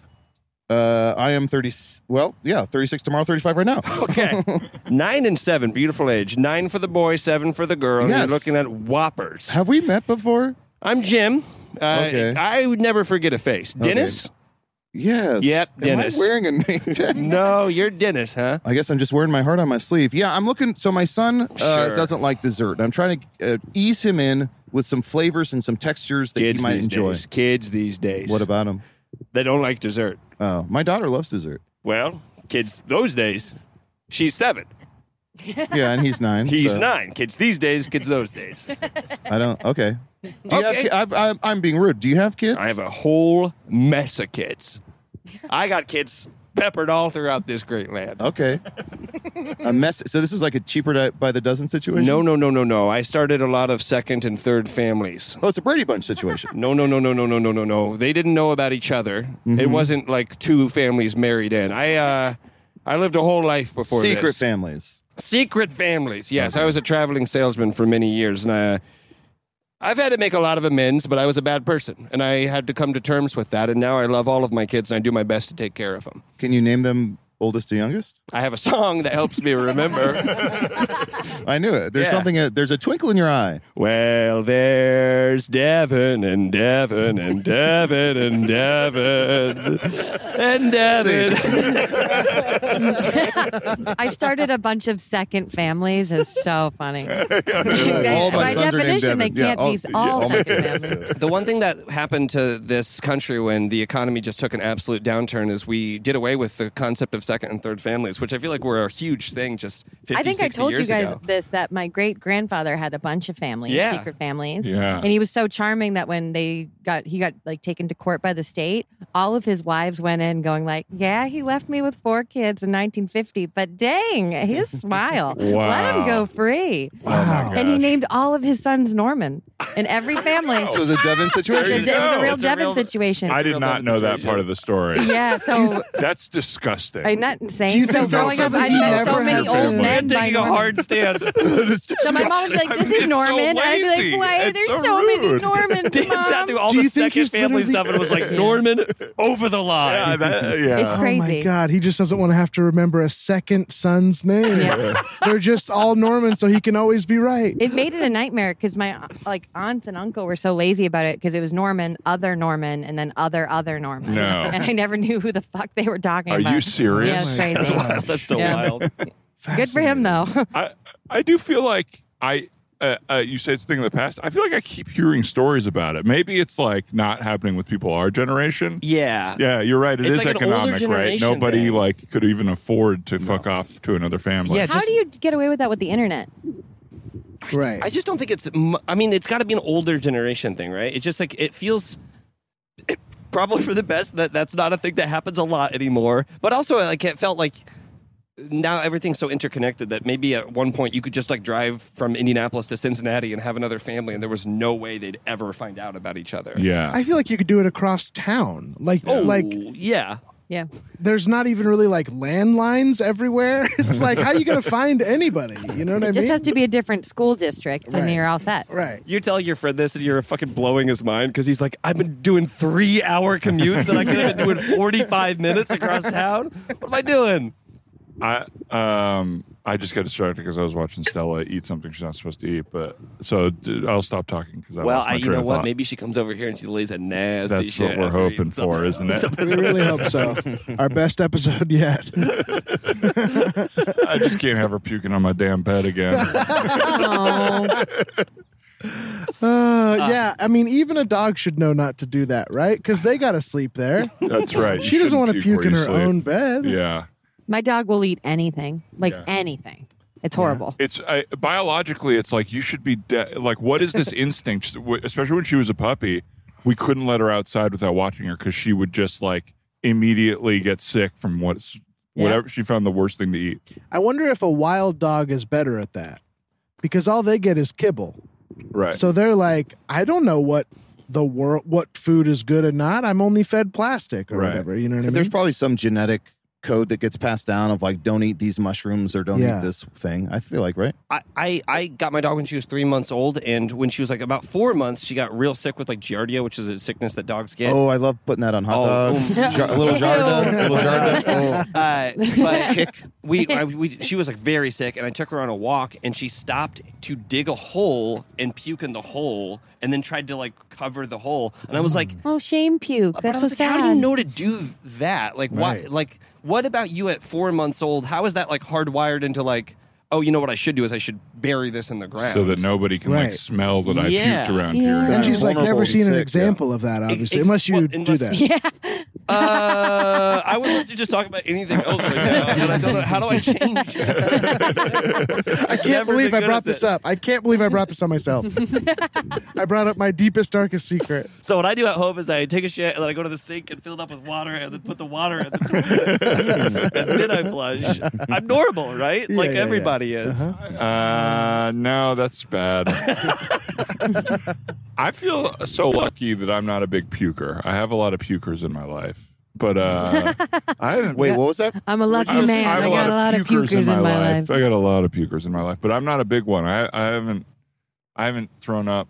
Speaker 5: Uh, I am 30. Well, yeah, 36 tomorrow, 35 right now.
Speaker 4: Okay. Nine and seven. Beautiful age. Nine for the boy, seven for the girl.
Speaker 5: Yes.
Speaker 4: You're looking at whoppers.
Speaker 5: Have we met before?
Speaker 4: I'm Jim. Uh,
Speaker 5: Okay.
Speaker 4: I would never forget a face. Dennis?
Speaker 5: Yes.
Speaker 4: Yep,
Speaker 5: Am
Speaker 4: Dennis.
Speaker 5: I wearing a name tag?
Speaker 4: No, you're Dennis, huh?
Speaker 5: I guess I'm just wearing my heart on my sleeve. Yeah, I'm looking. So my son uh,
Speaker 4: Sure.
Speaker 5: doesn't like dessert. and I'm trying to uh, ease him in with some flavors and some textures that
Speaker 4: Kids
Speaker 5: he might
Speaker 4: these
Speaker 5: enjoy.
Speaker 4: days. Kids these days.
Speaker 5: What about him?
Speaker 4: They don't like dessert.
Speaker 5: Oh, my daughter loves dessert.
Speaker 4: Well, kids those days. She's seven.
Speaker 5: Yeah, and he's nine.
Speaker 4: He's
Speaker 5: so
Speaker 4: nine. Kids these days. Kids those days.
Speaker 5: I don't. Okay. Do you have
Speaker 4: Okay.
Speaker 5: ki- I've, I'm, I'm being rude. Do you have kids?
Speaker 4: I have a whole mess of kids. I got kids peppered all throughout this great land.
Speaker 5: Okay. a mess. So this is like a cheaper di- by the dozen situation.
Speaker 4: No, no, no, no, no. I started a lot of second and third families.
Speaker 5: Oh, it's a Brady Bunch situation.
Speaker 4: No, no, no, no, no, no, no, no, no. They didn't know about each other. It wasn't like two families married in. I, uh, I lived a whole life before
Speaker 5: Secret
Speaker 4: this.
Speaker 5: families.
Speaker 4: Secret families. Yes, I was a traveling salesman for many years, and I, I've had to make a lot of amends. But I was a bad person, and I had to come to terms with that. And now I love all of my kids, and I do my best to take care of them.
Speaker 5: Can you name them oldest to youngest?
Speaker 4: I have a song that helps me remember.
Speaker 5: I knew it. There's
Speaker 4: Yeah.
Speaker 5: something. uh, There's a twinkle in your eye.
Speaker 4: well, there's Devin and Devin and Devin and Devin and Devin.
Speaker 6: I started a bunch of second families. It's so funny. They-
Speaker 5: All my
Speaker 6: by
Speaker 5: sons are named
Speaker 6: definition, they
Speaker 5: Devin. Yeah,
Speaker 6: can't
Speaker 5: all-
Speaker 6: be
Speaker 5: yeah,
Speaker 6: all
Speaker 5: all my
Speaker 6: second
Speaker 5: kids.
Speaker 6: families.
Speaker 4: the one thing that happened to this country when the economy just took an absolute downturn is we did away with the concept of second and third families, which I feel like were a huge thing just 50,
Speaker 6: I think I
Speaker 4: 60
Speaker 6: told you
Speaker 4: years
Speaker 6: guys
Speaker 4: ago.
Speaker 6: this that my great grandfather had a bunch of families,
Speaker 4: Yeah.
Speaker 6: secret families.
Speaker 2: Yeah.
Speaker 6: And he was so charming that when they got he got like taken to court by the state, all of his wives went in going like, "Yeah, he left me with four kids in 1950, but dang, his smile. Let him
Speaker 2: Wow.
Speaker 6: go free."
Speaker 2: Wow.
Speaker 6: And he named all of his sons Norman in every family.
Speaker 5: So it was a Devin
Speaker 6: It was a,
Speaker 4: There
Speaker 5: situation.
Speaker 6: it
Speaker 4: you
Speaker 6: was a
Speaker 4: go.
Speaker 6: real
Speaker 4: It's a
Speaker 6: Devin
Speaker 4: real-
Speaker 6: situation.
Speaker 2: I did
Speaker 4: real
Speaker 2: not know that
Speaker 4: demonstration.
Speaker 2: part of the story.
Speaker 6: yeah, so
Speaker 2: That's disgusting.
Speaker 6: I'm not insane.
Speaker 3: Do you
Speaker 6: so
Speaker 3: think that's
Speaker 6: growing up,
Speaker 3: something
Speaker 6: I
Speaker 3: you
Speaker 6: met so
Speaker 3: never
Speaker 6: many
Speaker 3: heard
Speaker 6: old
Speaker 3: before?
Speaker 6: men. by
Speaker 4: taking a
Speaker 6: Norman.
Speaker 4: hard stand.
Speaker 6: So my mom was like, "This is
Speaker 2: It's so
Speaker 6: Norman," and I'd be
Speaker 2: lazy.
Speaker 6: like, "Why are
Speaker 2: It's
Speaker 6: there so,
Speaker 2: so
Speaker 6: many
Speaker 2: rude."
Speaker 6: Normans,
Speaker 4: Dan sat
Speaker 6: mom?"
Speaker 4: through all
Speaker 3: Do
Speaker 4: the
Speaker 3: you think
Speaker 4: second
Speaker 3: he's
Speaker 4: family
Speaker 3: literally-
Speaker 4: stuff and was like, Norman, over the line.
Speaker 2: yeah, that, yeah.
Speaker 6: It's
Speaker 3: Oh my
Speaker 6: Crazy.
Speaker 3: God. He just doesn't want to have to remember a second son's name.
Speaker 6: Yeah.
Speaker 3: They're just all Norman, so he can always be right.
Speaker 6: It made it a nightmare because my like aunts and uncle were so lazy about it because it was Norman, other Norman, and then other other Norman,
Speaker 2: No.
Speaker 6: and I never knew who the fuck they were talking
Speaker 2: Are
Speaker 6: about.
Speaker 2: you serious?
Speaker 6: Yeah, it's crazy.
Speaker 4: Wow, that's so
Speaker 6: Yeah.
Speaker 4: wild.
Speaker 6: Good for him though.
Speaker 2: I I do feel like I uh, uh, you said it's a thing in the past. I feel like I keep hearing stories about it. Maybe it's like not happening with people our generation.
Speaker 4: Yeah.
Speaker 2: Yeah, you're right. It
Speaker 4: It's
Speaker 2: is
Speaker 4: like an older
Speaker 2: economic, right?
Speaker 4: generation
Speaker 2: Nobody
Speaker 4: thing.
Speaker 2: like could even afford to fuck off to another family.
Speaker 4: Yeah,
Speaker 6: How
Speaker 4: just-
Speaker 6: do you get away with that with the internet?
Speaker 3: Right.
Speaker 8: I just don't think it's. mu- I mean, it's got to be an older generation thing, right? It's just like it feels it- probably for the best that that's not a thing that happens a lot anymore. But also, like it felt like now everything's so interconnected that maybe at one point you could just like drive from Indianapolis to Cincinnati and have another family, and there was no way they'd ever find out about each other.
Speaker 2: yeah.
Speaker 3: I feel like you could do it across town. Like,
Speaker 8: Oh,
Speaker 3: like
Speaker 8: yeah.
Speaker 6: Yeah,
Speaker 3: there's not even really like landlines everywhere. It's like, how you going to find anybody? You know what I
Speaker 6: it
Speaker 3: mean?
Speaker 6: just has to be a different school district, and
Speaker 3: Right.
Speaker 6: you're all set.
Speaker 3: right.
Speaker 8: You're telling your friend this, and you're fucking blowing his mind because he's like, "I've been doing three hour commutes, and I could have been doing forty five minutes across town. What am I doing?"
Speaker 2: I um I just got distracted because I was watching Stella eat something she's not supposed to eat. But so d- I'll stop talking because I
Speaker 4: well,
Speaker 2: lost my
Speaker 4: I, you
Speaker 2: train
Speaker 4: know
Speaker 2: of
Speaker 4: what?
Speaker 2: thought.
Speaker 4: Maybe she comes over here and she lays a nasty
Speaker 2: That's
Speaker 4: shit.
Speaker 2: what we're
Speaker 4: after eating
Speaker 2: hoping for, isn't
Speaker 4: something.
Speaker 2: it?
Speaker 4: Something-
Speaker 3: We really hope so. Our best episode yet.
Speaker 2: I just can't have her puking on my damn bed again.
Speaker 6: Oh,
Speaker 3: Uh, yeah, I mean, even a dog should know not to do that, right? Because they gotta sleep there.
Speaker 2: That's right.
Speaker 3: She doesn't want to puke in her own
Speaker 2: own
Speaker 3: bed.
Speaker 2: Yeah.
Speaker 6: my dog will eat anything, like
Speaker 2: Yeah.
Speaker 6: anything. It's horrible.
Speaker 2: It's I, biologically, it's like you should be de- like, what is this instinct? W- Especially when she was a puppy, we couldn't let her outside without watching her because she would just like immediately get sick from what's
Speaker 6: Yeah.
Speaker 2: whatever she found the worst thing to eat.
Speaker 3: I wonder if a wild dog is better at that because all they get is kibble.
Speaker 2: Right.
Speaker 3: So they're like, I don't know what the world, what food is good and not. I'm only fed plastic or
Speaker 2: Right.
Speaker 3: whatever. You know what I
Speaker 5: But
Speaker 3: mean?
Speaker 5: there's probably some genetic code that gets passed down of like don't eat these mushrooms or don't
Speaker 3: Yeah.
Speaker 5: eat this thing. I feel like right.
Speaker 4: I, I, I got my dog when she was three months old, and when she was like about four months, she got real sick with like giardia, which is a sickness that dogs get.
Speaker 5: Oh, I love putting that on hot
Speaker 4: Oh,
Speaker 5: dogs.
Speaker 4: ooh.
Speaker 5: Jar- a little
Speaker 6: Ew.
Speaker 5: jarda, a little jarda. Oh.
Speaker 4: Uh, but we, I, we, she was like very sick, and I took her on a walk, and she stopped to dig a hole and puke in the hole, and then tried to like cover the hole, and I was like,
Speaker 6: oh, shame puke.
Speaker 4: but
Speaker 6: That's
Speaker 4: I
Speaker 6: so
Speaker 4: was like,
Speaker 6: sad.
Speaker 4: How do you know to do that? Like, why?
Speaker 3: Right.
Speaker 4: Like, what about you at four months old? How is that like hardwired into like? Oh, you know what I should do is I should bury this in the ground.
Speaker 2: so that nobody can
Speaker 3: Right.
Speaker 2: like smell that I
Speaker 4: Yeah.
Speaker 2: puked around
Speaker 6: Yeah.
Speaker 2: here.
Speaker 3: and she's like never
Speaker 5: Vulnerable and
Speaker 3: seen an
Speaker 5: sick,
Speaker 3: example of that, obviously,
Speaker 4: ex-
Speaker 3: unless you
Speaker 4: well,
Speaker 3: do
Speaker 4: unless-
Speaker 3: that.
Speaker 6: Yeah.
Speaker 4: Uh, I would love to just talk about anything else right now. but I don't know, how do I change?
Speaker 3: I can't believe I brought this, up. I can't believe I brought this on myself. I brought up my deepest, darkest secret.
Speaker 4: So what I do at home is I take a shit and then I go to the sink and fill it up with water and then put the water in the and then I flush. I'm normal, right?
Speaker 3: Yeah, yeah, Uh-huh.
Speaker 4: like
Speaker 3: yeah.
Speaker 4: everybody is.
Speaker 2: Uh, no, that's bad. I feel so lucky that I'm not a big puker. I have a lot of pukers in my life, but uh, I haven't.
Speaker 5: Wait, what was that?
Speaker 6: I'm a lucky
Speaker 2: I was-
Speaker 6: man. I,
Speaker 2: have
Speaker 6: got a lot of pukers in my, life.
Speaker 2: I got a lot of pukers in my life, but I'm not a big one. I, I haven't, I haven't thrown up.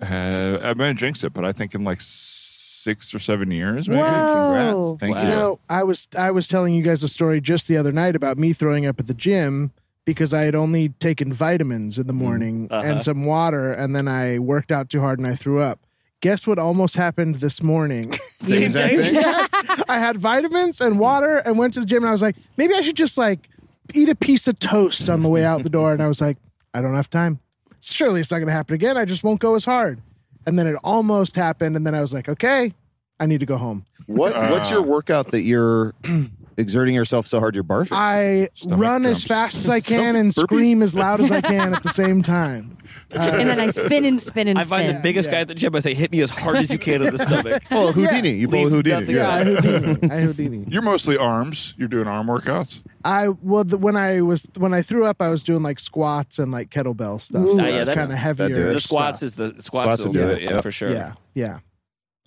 Speaker 2: Uh, I'm gonna jinx it, but I think in like six or seven years, maybe.
Speaker 6: Whoa.
Speaker 2: Thank
Speaker 4: Wow.
Speaker 2: you.
Speaker 3: You know, I was I was telling you guys a story just the other night about me throwing up at the gym because I had only taken vitamins in the morning and some water, and then I worked out too hard and I threw up. Guess what almost happened this morning?
Speaker 5: Same exact thing.
Speaker 3: I had vitamins and water and went to the gym and I was like, maybe I should just like eat a piece of toast on the way out the door. And I was like, I don't have time. Surely it's not going to happen again. I just won't go as hard. And then it almost happened. And then I was like, okay, I need to go home.
Speaker 5: What What's
Speaker 3: Uh.
Speaker 5: your workout that you're exerting yourself so hard you're barfing?
Speaker 3: I
Speaker 2: Stomach
Speaker 3: run as
Speaker 2: cramps.
Speaker 3: fast as I can and
Speaker 5: burpees?
Speaker 3: scream as loud as I can at the same time. Uh,
Speaker 6: and then I spin and spin and
Speaker 4: I
Speaker 6: spin.
Speaker 4: find the biggest
Speaker 3: yeah.
Speaker 4: guy at the gym. I say, "Hit me as hard as you can in the stomach."
Speaker 5: oh, Houdini. You pull a
Speaker 4: Leave
Speaker 5: Houdini.
Speaker 4: nothing
Speaker 5: Yeah.
Speaker 3: Yeah, I Houdini. I Houdini.
Speaker 2: You're mostly arms. You're doing arm workouts.
Speaker 3: I well, the, when I was when I threw up, I was doing like squats and like kettlebell stuff.
Speaker 4: Ooh.
Speaker 3: so
Speaker 4: Ah, yeah,
Speaker 3: it's
Speaker 4: that's-
Speaker 3: kind of
Speaker 5: that'd do
Speaker 3: heavier.
Speaker 5: it.
Speaker 4: the
Speaker 5: Good
Speaker 4: squats
Speaker 3: stuff.
Speaker 4: is the squats,
Speaker 5: Squats
Speaker 4: will
Speaker 5: would
Speaker 4: do
Speaker 5: do
Speaker 4: it,
Speaker 5: it.
Speaker 4: yeah,
Speaker 5: Yep.
Speaker 4: for sure.
Speaker 3: Yeah, yeah.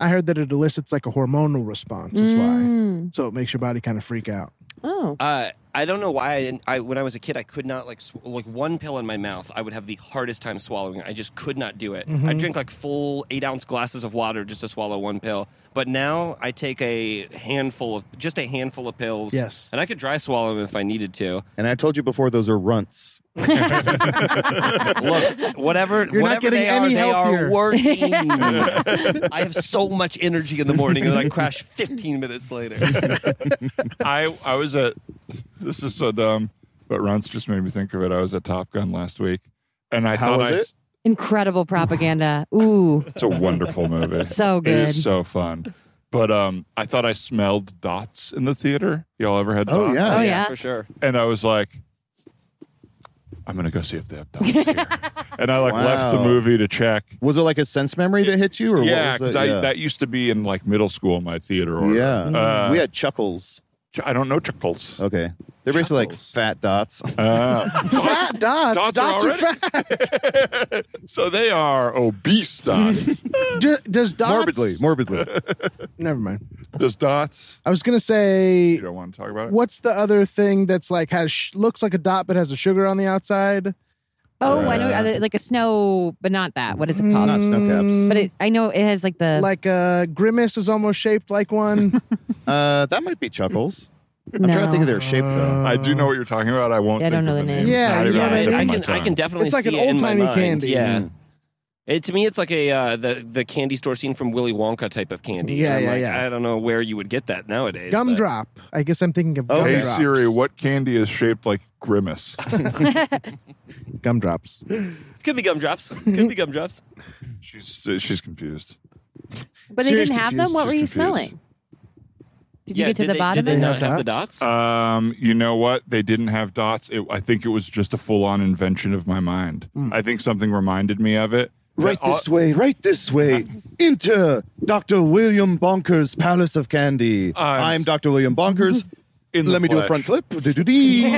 Speaker 3: I heard that it elicits like a hormonal response. Is why.
Speaker 6: Mm.
Speaker 3: So it makes your body kind of freak out.
Speaker 6: Oh.
Speaker 4: Uh, I don't know why. I, didn't- I when I was a kid, I could not like sw- like one pill in my mouth. I would have the hardest time swallowing. I just could not do it.
Speaker 3: Mm-hmm.
Speaker 4: I drink like full eight ounce glasses of water just to swallow one pill. But now I take a handful of just a handful of pills.
Speaker 3: Yes.
Speaker 4: and I could dry swallow them if I needed to.
Speaker 5: And I told you before, those are runts.
Speaker 4: Look, whatever.
Speaker 3: You're not
Speaker 4: whatever
Speaker 3: getting
Speaker 4: they are,
Speaker 3: any
Speaker 4: they
Speaker 3: healthier.
Speaker 4: are working. I have so much energy in the morning, and then I crash 15 minutes later.
Speaker 2: I I was at this is so dumb, but Ron's just made me think of it. I was at Top Gun last week, and I
Speaker 5: How
Speaker 2: thought
Speaker 5: was
Speaker 2: I,
Speaker 5: it?
Speaker 2: s-
Speaker 6: Incredible propaganda. Ooh.
Speaker 2: it's a wonderful movie.
Speaker 6: So
Speaker 2: It
Speaker 6: good.
Speaker 2: is so fun. But um, I thought I smelled dots in the theater. Y'all ever had?
Speaker 5: Oh,
Speaker 2: dots?
Speaker 5: yeah.
Speaker 6: Oh, yeah.
Speaker 4: for sure.
Speaker 2: And I was like, I'm gonna go see if they have dots here. and I like left the
Speaker 5: Wow.
Speaker 2: movie to check.
Speaker 5: Was it like a sense memory that hit you? Or
Speaker 2: Yeah,
Speaker 5: what was
Speaker 2: because
Speaker 5: it?
Speaker 2: I that used to be in like middle school. My theater order.
Speaker 5: yeah.
Speaker 2: Uh,
Speaker 5: we had chuckles.
Speaker 2: Ch- I don't know chuckles.
Speaker 5: Okay. They're basically like
Speaker 2: Chuckles.
Speaker 5: fat dots.
Speaker 2: Ah.
Speaker 3: Fat dots.
Speaker 2: Dots
Speaker 3: Dots,
Speaker 2: are
Speaker 3: are,
Speaker 2: already-
Speaker 3: fat.
Speaker 2: so they are obese dots.
Speaker 3: Do, does dots?
Speaker 5: morbidly, morbidly.
Speaker 3: Never mind.
Speaker 2: Does dots?
Speaker 3: I was gonna say
Speaker 2: You don't want to talk about it.
Speaker 3: What's the other thing that's like has sh- looks like a dot but has a sugar on the outside?
Speaker 6: Oh, I know. uh, Like a snow, but not that. What is it
Speaker 5: Not
Speaker 6: called?
Speaker 5: snow caps.
Speaker 6: But it, I know it has like the.
Speaker 3: uh, Like a grimace is almost shaped like one.
Speaker 5: Uh, that might be chuckles. I'm trying to think of their shape though.
Speaker 2: I do know what you're talking about. I won't.
Speaker 6: Yeah, I
Speaker 2: think
Speaker 6: don't know
Speaker 2: of
Speaker 6: the
Speaker 2: It's
Speaker 3: name. Yeah,
Speaker 2: not
Speaker 3: you
Speaker 2: even
Speaker 3: know
Speaker 2: on
Speaker 3: what
Speaker 2: the
Speaker 3: I
Speaker 2: tip of
Speaker 3: mean?
Speaker 2: my
Speaker 4: I can, I
Speaker 2: tongue.
Speaker 4: can definitely
Speaker 3: It's like
Speaker 4: see
Speaker 3: an
Speaker 4: it in my
Speaker 3: old-timey
Speaker 4: mind.
Speaker 3: candy.
Speaker 4: Yeah.
Speaker 6: Hmm.
Speaker 4: It, to me, it's like a uh, the the candy store scene from Willy Wonka type of candy.
Speaker 3: Yeah,
Speaker 4: I'm
Speaker 3: yeah,
Speaker 4: like,
Speaker 3: yeah.
Speaker 4: I don't know where you would get that nowadays. but-
Speaker 3: Gumdrop. I guess I'm thinking of
Speaker 5: Oh,
Speaker 2: Hey
Speaker 5: Okay.
Speaker 3: gumdrops.
Speaker 2: Siri, what candy is shaped like grimace?
Speaker 3: Gumdrops.
Speaker 4: could be gumdrops. Could be gumdrops.
Speaker 2: she's she's confused.
Speaker 6: But they
Speaker 3: Serious
Speaker 6: didn't have
Speaker 2: confused,
Speaker 6: them. What
Speaker 2: just
Speaker 6: were you
Speaker 2: confused.
Speaker 6: smelling? Did you
Speaker 4: Yeah,
Speaker 6: get to
Speaker 4: did
Speaker 6: the
Speaker 4: they,
Speaker 6: bottom
Speaker 4: Did they
Speaker 6: of it?
Speaker 4: not
Speaker 3: They have
Speaker 4: have the dots?
Speaker 2: Um, you know what? They didn't have dots. It, I think it was just a full-on invention of my mind. I think something reminded me of it.
Speaker 5: Right
Speaker 2: That all-
Speaker 5: this way, right this way, into Dr. William Bonker's Palace of Candy. I'm Dr. William Bonkers.
Speaker 2: In the
Speaker 5: Let me do a
Speaker 2: flesh.
Speaker 5: front flip. Do-do-dee.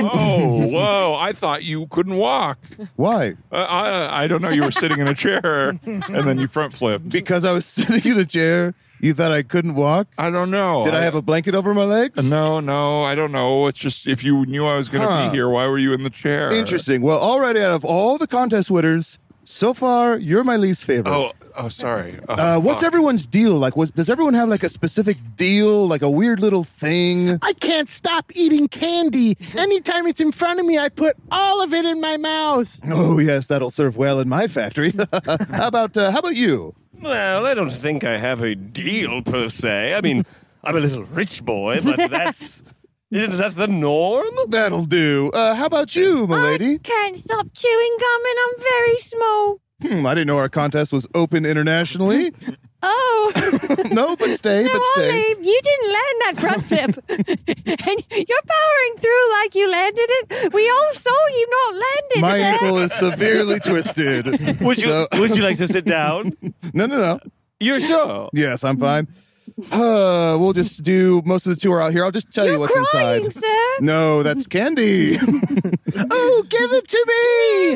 Speaker 2: Oh, whoa! I thought you couldn't walk.
Speaker 5: Why?
Speaker 2: I, Uh, I I don't know. You were sitting in a chair, and then you front flipped.
Speaker 5: Because I was sitting in a chair. You thought I couldn't walk?
Speaker 2: I don't know.
Speaker 5: Did I have a blanket over my legs?
Speaker 2: No, no, I don't know. It's just if you knew I was going to
Speaker 5: Huh.
Speaker 2: be here, why were you in the chair?
Speaker 5: Interesting. Well, already out of all the contest winners, so far you're my least favorite.
Speaker 2: Oh, oh, sorry. Oh,
Speaker 5: Uh, what's
Speaker 2: fuck.
Speaker 5: everyone's deal? Like, was, does everyone have like a specific deal, like a weird little thing?
Speaker 3: I can't stop eating candy. Anytime it's in front of me, I put all of it in my mouth.
Speaker 5: Oh yes, that'll serve well in my factory. how about uh, how about you?
Speaker 4: Well, I don't think I have a deal per se. I mean, I'm a little rich boy, but that's isn't that the norm?
Speaker 5: That'll do. Uh, how about you, milady?
Speaker 6: Can't stop chewing gum and I'm very small.
Speaker 5: Hmm, I didn't know our contest was open internationally.
Speaker 6: Oh.
Speaker 5: no, but stay,
Speaker 6: No,
Speaker 5: but stay.
Speaker 6: Olive, you didn't land that front flip. and you're powering through like you landed it. We all saw you not land it.
Speaker 5: My
Speaker 6: Zach.
Speaker 5: ankle is severely twisted. So-
Speaker 4: Would you like to sit down?
Speaker 5: no, no, no.
Speaker 9: You're sure?
Speaker 5: Yes, I'm fine. Uh, we'll just do most of the two are out here. I'll just tell you
Speaker 6: You're
Speaker 5: what's
Speaker 6: crying,
Speaker 5: inside.
Speaker 6: sir.
Speaker 5: No, that's candy.
Speaker 3: Oh, give it to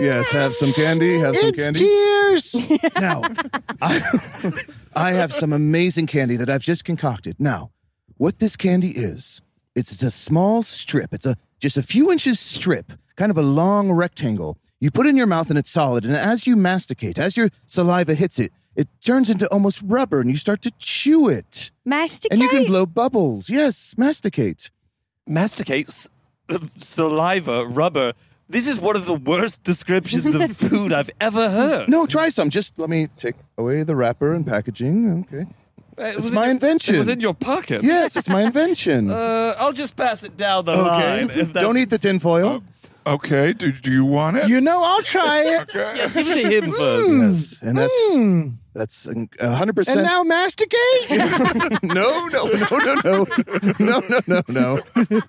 Speaker 3: me.
Speaker 5: yes, have some candy. Have some
Speaker 3: It's
Speaker 5: candy.
Speaker 3: tears.
Speaker 5: Now, I, I have some amazing candy that I've just concocted. Now, what this candy is, it's, it's a small strip. It's a just a few inches strip, kind of a long rectangle. You put it in your mouth and it's solid. And as you masticate, as your saliva hits it, it turns into almost rubber, and you start to chew it.
Speaker 6: Masticate.
Speaker 5: And you can blow bubbles. Yes, masticate.
Speaker 10: masticates saliva, rubber. This is one of the worst descriptions of food I've ever heard.
Speaker 5: No, try some. Just let me take away the wrapper and packaging. Okay.
Speaker 9: It
Speaker 5: It's
Speaker 9: was
Speaker 5: my
Speaker 9: in-
Speaker 5: invention.
Speaker 9: It was in your pocket.
Speaker 5: Yes, it's my invention.
Speaker 10: Uh, I'll just pass it down the
Speaker 5: okay.
Speaker 10: line. if that's-
Speaker 5: Don't eat the tinfoil.
Speaker 2: Uh, Okay. Do do you want it?
Speaker 3: You know, I'll try it.
Speaker 10: Yes, give it to him first.
Speaker 5: Yes, Hmm. and that's
Speaker 3: Mm.
Speaker 5: that's a hundred
Speaker 3: And
Speaker 5: percent.
Speaker 3: now masticate.
Speaker 5: No, no, no, no, no, no, no, no, no, no,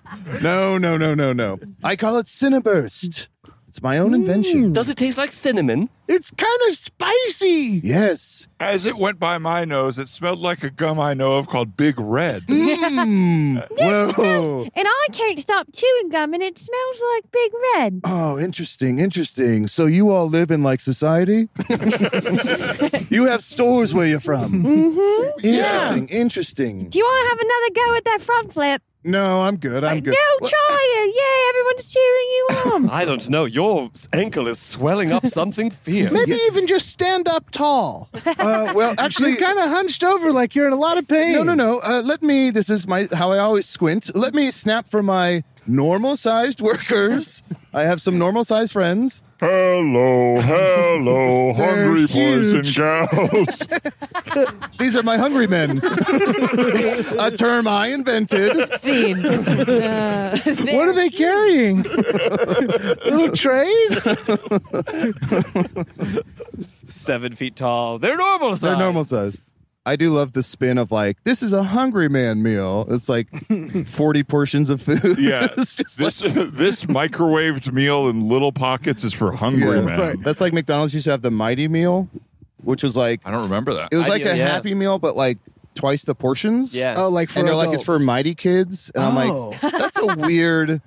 Speaker 5: no, no, no, no. I call it Cineburst. It's my own invention.
Speaker 4: Does it taste like cinnamon?
Speaker 3: it's kind of spicy.
Speaker 5: Yes.
Speaker 2: As it went by my nose, it smelled like a gum I know of called Big Red.
Speaker 5: Mm. Whoa.
Speaker 6: And I can't stop chewing gum and it smells like Big Red.
Speaker 5: Oh, interesting, interesting. So you all live in like society? you have stores where you're from.
Speaker 6: hmm
Speaker 5: Interesting, interesting.
Speaker 6: Do you want to have another go at that front flip?
Speaker 5: No, I'm good. I'm good.
Speaker 6: No, try it. Yeah, everyone's cheering you on.
Speaker 10: I don't know. Your s- ankle is swelling up something fierce.
Speaker 3: Maybe even just stand up tall.
Speaker 5: Uh, well, actually,
Speaker 3: You're kind of hunched over like you're in a lot of pain.
Speaker 5: No, no, no. Uh, let me. This is my how I always squint. Let me snap for my normal-sized workers. I have some normal-sized friends.
Speaker 2: hello, hello,
Speaker 5: They're
Speaker 2: hungry boys and
Speaker 5: huge.
Speaker 2: gals.
Speaker 5: These are my hungry men. A term I invented.
Speaker 6: Scene. Uh,
Speaker 3: What are they carrying? Little trays?
Speaker 10: Seven feet tall. They're normal size.
Speaker 5: They're normal-sized. I do love the spin of like this is a hungry man meal. It's like forty portions of food.
Speaker 2: Yeah,
Speaker 5: it's just like-
Speaker 2: this this microwaved meal in little pockets is for hungry
Speaker 5: Yeah,
Speaker 2: men.
Speaker 5: right. That's like McDonald's used to have the mighty meal, which was like
Speaker 2: I don't remember that.
Speaker 5: it was
Speaker 4: I
Speaker 5: like
Speaker 4: do,
Speaker 5: a
Speaker 4: yeah.
Speaker 5: happy meal, but like twice the portions.
Speaker 4: Yeah.
Speaker 3: Oh, like for
Speaker 5: and they're like, it's for
Speaker 3: adults.
Speaker 5: mighty kids. And
Speaker 3: Oh.
Speaker 5: I'm like, that's a weird,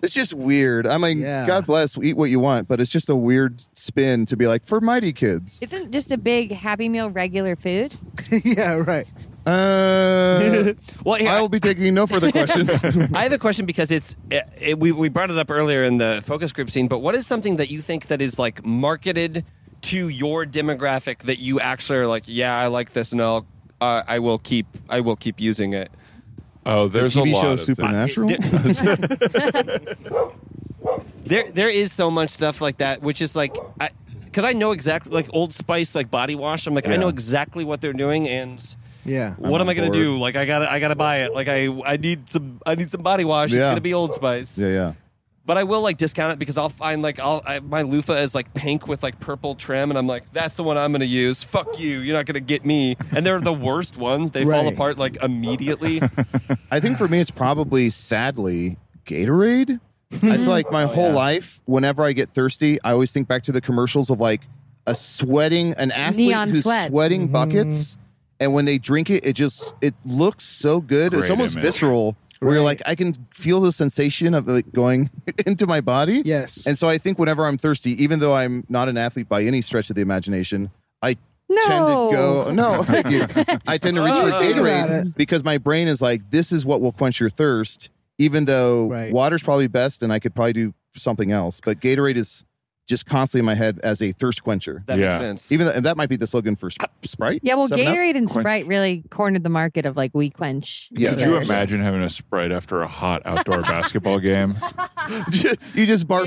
Speaker 5: it's just weird. I mean,
Speaker 3: Yeah.
Speaker 5: God bless, eat what you want, but it's just a weird spin to be like, for mighty kids.
Speaker 6: Isn't just a big Happy Meal regular food?
Speaker 3: yeah, right.
Speaker 5: Uh,
Speaker 4: Well, here,
Speaker 5: I will be taking no further questions.
Speaker 4: I have a question because it's it, it, we we brought it up earlier in the focus group scene, but what is something that you think that is like marketed to your demographic that you actually are like, yeah, I like this, and I'll uh, I will keep I will keep using it.
Speaker 2: Oh, there's
Speaker 5: TV
Speaker 2: a lot
Speaker 5: show
Speaker 2: of
Speaker 5: Supernatural.
Speaker 4: there there is so much stuff like that which is like i because i know exactly like old spice like body wash i'm like i know exactly what they're doing and
Speaker 3: Yeah.
Speaker 10: what am I gonna
Speaker 5: board.
Speaker 10: do? Like I gotta I gotta buy it. Like I I need some I need some body wash. It's
Speaker 5: Yeah.
Speaker 10: gonna be Old Spice.
Speaker 5: yeah, yeah.
Speaker 10: But I will like discount it because I'll find like I'll I, my loofah is like pink with like purple trim, and I'm like that's the one I'm gonna use. Fuck you, you're not gonna get me. And they're the worst ones. They fall
Speaker 3: Right.
Speaker 10: apart like immediately.
Speaker 5: I think for me, it's probably sadly Gatorade. I feel like
Speaker 2: Oh,
Speaker 5: my whole life, whenever I get thirsty, I always think back to the commercials of like a sweating an athlete
Speaker 6: Neon
Speaker 5: who's
Speaker 6: sweat.
Speaker 5: sweating
Speaker 2: Mm-hmm.
Speaker 5: buckets, and when they drink it, it just it looks so good.
Speaker 2: Great
Speaker 5: it's almost
Speaker 2: image.
Speaker 5: visceral. Where you're
Speaker 3: Right.
Speaker 5: like, I can feel the sensation of it going into my body.
Speaker 3: Yes.
Speaker 5: And so I think whenever I'm thirsty, even though I'm not an athlete by any stretch of the imagination, I tend
Speaker 6: No.
Speaker 5: to go. No, thank you. I tend to reach for
Speaker 10: Oh. Think
Speaker 3: about
Speaker 5: Gatorade
Speaker 3: it.
Speaker 5: because my brain is like, this is what will quench your thirst. Even though
Speaker 3: Right.
Speaker 5: water's probably best, and I could probably do something else, but Gatorade is just constantly in my head as a thirst quencher.
Speaker 10: That
Speaker 2: Yeah.
Speaker 10: makes sense.
Speaker 5: Even though, and that might be the slogan for Sp- Sprite.
Speaker 6: Yeah, well,
Speaker 5: 7 Up?
Speaker 6: Gatorade and
Speaker 2: Quench.
Speaker 6: Sprite really cornered the market of like we quench.
Speaker 5: Yes.
Speaker 2: Could you imagine having a sprite after a hot outdoor basketball game?
Speaker 5: you just barf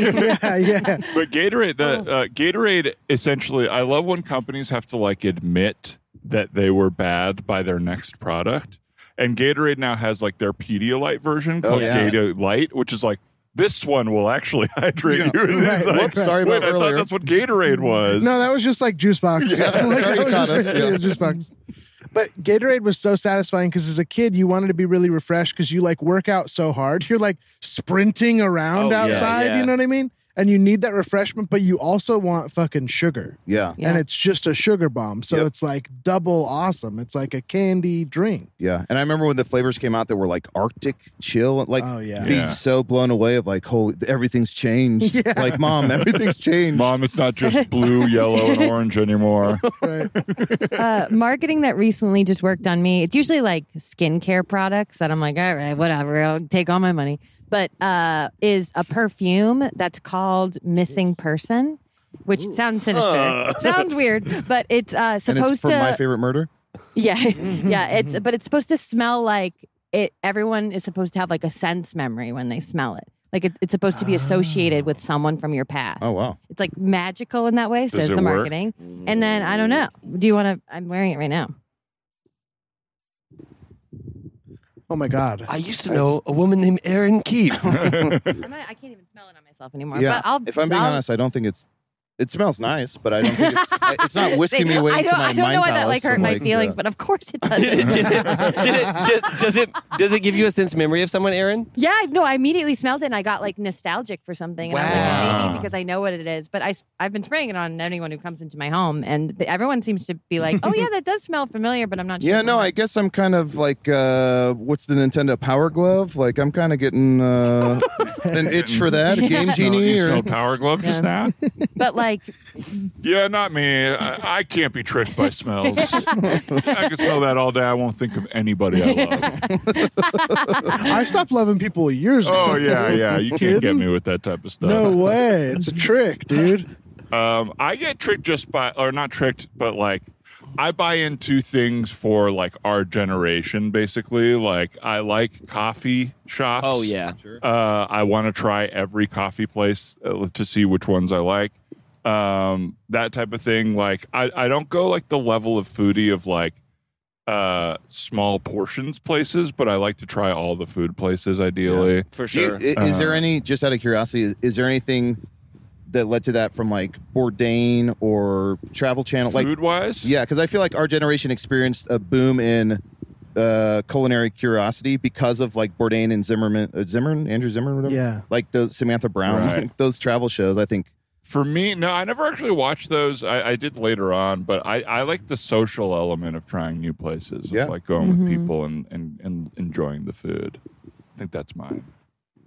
Speaker 3: yeah, yeah.
Speaker 2: But Gatorade, the uh, Gatorade, essentially, I love when companies have to like admit that they were bad by their next product. And Gatorade now has like their Pedialyte version
Speaker 5: Oh,
Speaker 2: called
Speaker 5: yeah.
Speaker 2: Gatorade, which is like this one will actually hydrate you. And it's like,
Speaker 5: Whoops, sorry
Speaker 2: Wait,
Speaker 5: about
Speaker 2: I thought
Speaker 5: earlier.
Speaker 2: that's what Gatorade was.
Speaker 3: No, that was just like juice box.
Speaker 5: Yeah,
Speaker 3: Like, that
Speaker 5: sorry you
Speaker 3: was
Speaker 5: caught
Speaker 3: just
Speaker 5: us,
Speaker 3: like
Speaker 5: yeah.
Speaker 3: juice box. But Gatorade was so satisfying because as a kid, you wanted to be really refreshed because you like work out so hard. You're like sprinting around
Speaker 4: Oh, yeah,
Speaker 3: outside.
Speaker 4: yeah.
Speaker 3: You know what I mean? And you need that refreshment, but you also want fucking sugar.
Speaker 5: Yeah,
Speaker 6: Yeah.
Speaker 3: And it's just a sugar bomb. So
Speaker 5: Yep.
Speaker 3: it's like double awesome. It's like a candy drink.
Speaker 5: yeah. And I remember when the flavors came out that were like Arctic chill, like
Speaker 3: Oh, yeah.
Speaker 5: being
Speaker 2: Yeah.
Speaker 5: so blown away of like, holy, everything's changed.
Speaker 3: Yeah.
Speaker 5: Like, mom, everything's changed.
Speaker 2: Mom, it's not just blue, yellow, and orange anymore.
Speaker 3: Right.
Speaker 6: uh, marketing that recently just worked on me. It's usually like skincare products that I'm like, all right, whatever, I'll take all my money. But uh, is a perfume that's called Missing Person, which sounds sinister, sounds weird, but it's uh,
Speaker 5: and it's
Speaker 6: supposed
Speaker 5: from
Speaker 6: to.
Speaker 5: my Mm-hmm. favorite murder.
Speaker 6: Yeah, yeah. It's but it's supposed to smell like it. Everyone is supposed to have like a sense memory when they smell it. Like it, it's supposed to be associated with someone from your past.
Speaker 5: Ah. Oh wow.
Speaker 6: It's like magical in that way,
Speaker 2: it
Speaker 6: says the
Speaker 2: work?
Speaker 6: marketing. And then I don't know. Do you want to? I'm wearing it right now.
Speaker 3: Oh my God.
Speaker 10: I used to know a woman named Erin Keep.
Speaker 6: I'm not, I can't even smell it on myself anymore.
Speaker 5: Yeah.
Speaker 6: But I'll,
Speaker 5: if I'm being
Speaker 6: I'll-
Speaker 5: honest, I don't think it's. It smells nice, but I don't think it's. it's not whisking me away
Speaker 6: I
Speaker 5: into
Speaker 6: don't,
Speaker 5: my
Speaker 6: I don't
Speaker 5: mind
Speaker 6: know why that
Speaker 5: palace
Speaker 6: like hurt
Speaker 5: of,
Speaker 6: my
Speaker 5: like,
Speaker 6: feelings,
Speaker 5: uh,
Speaker 6: but of course it does.
Speaker 4: did it, did it, did it, did, does it does it give you a sense of memory of someone aaron
Speaker 6: yeah, I- no, I immediately smelled it and I got like nostalgic for something. And I was like,
Speaker 2: Wow.
Speaker 6: maybe because I know what it is. But I, s- I've been spraying it on anyone who comes into my home, and th- everyone seems to be like, oh, yeah, that does smell familiar, but I'm not sure.
Speaker 5: yeah, no, I guess I'm kind of like uh, what's the Nintendo Power Glove? Like I'm kind of getting uh, an itch for that. A Game
Speaker 2: you
Speaker 5: Genie or
Speaker 2: smelled Power Glove just now?
Speaker 6: But like,
Speaker 2: Yeah, not me. I, I can't be tricked by smells. I can smell that all day. I won't think of anybody I love.
Speaker 3: I stopped loving people years ago.
Speaker 2: Oh yeah, yeah. You can't get me with that type of stuff.
Speaker 3: No way. It's a trick, dude.
Speaker 2: Um, I get tricked just by, or not tricked, but like I buy into things for like our generation, basically. Like I like coffee shops.
Speaker 4: oh yeah
Speaker 2: Uh, I want to try every coffee place uh, to see which ones I like. Um, that type of thing. Like I, I don't go like the level of foodie of like uh small portions places, but I like to try all the food places ideally.
Speaker 4: for
Speaker 5: Do you-
Speaker 4: sure
Speaker 5: i- is
Speaker 6: Uh-huh.
Speaker 5: there any? Just out of curiosity, is, is there anything that led to that from like Bourdain or Travel Channel? Like
Speaker 2: food wise?
Speaker 5: Yeah, because I feel like our generation experienced a boom in uh, culinary curiosity because of like Bourdain and Zimmerman, uh, Zimmerman, Andrew Zimmerman, whatever.
Speaker 3: Yeah.
Speaker 5: like those Samantha Brown,
Speaker 2: Right.
Speaker 5: like those travel shows. I think
Speaker 2: For me, no, I never actually watched those. I, I did later on, but I, I like the social element of trying new places, of,
Speaker 5: Yeah.
Speaker 2: like going with
Speaker 4: Mm-hmm.
Speaker 2: people and, and, and enjoying the food. I think that's mine.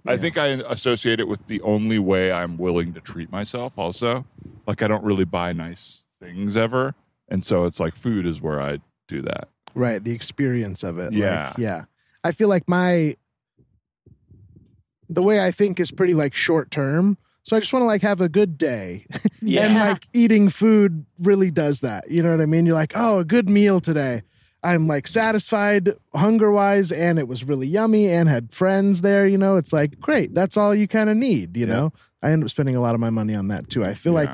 Speaker 2: I think I associate it with the only way I'm willing to treat myself, also. Like, I don't really buy nice things ever. And so it's like food is where I do that.
Speaker 3: Right, the experience of it.
Speaker 2: Yeah.
Speaker 3: Like, yeah. I feel like my the way I think is pretty like short term. So I just want to like have a good day.
Speaker 4: yeah
Speaker 3: And like eating food really does that. You know what I mean? You're like, "Oh, a good meal today." I'm like satisfied hunger wise, and it was really yummy, and had friends there. You know, it's like great. That's all you kind of need. You know, I end up spending a lot of my money on that too. I feel like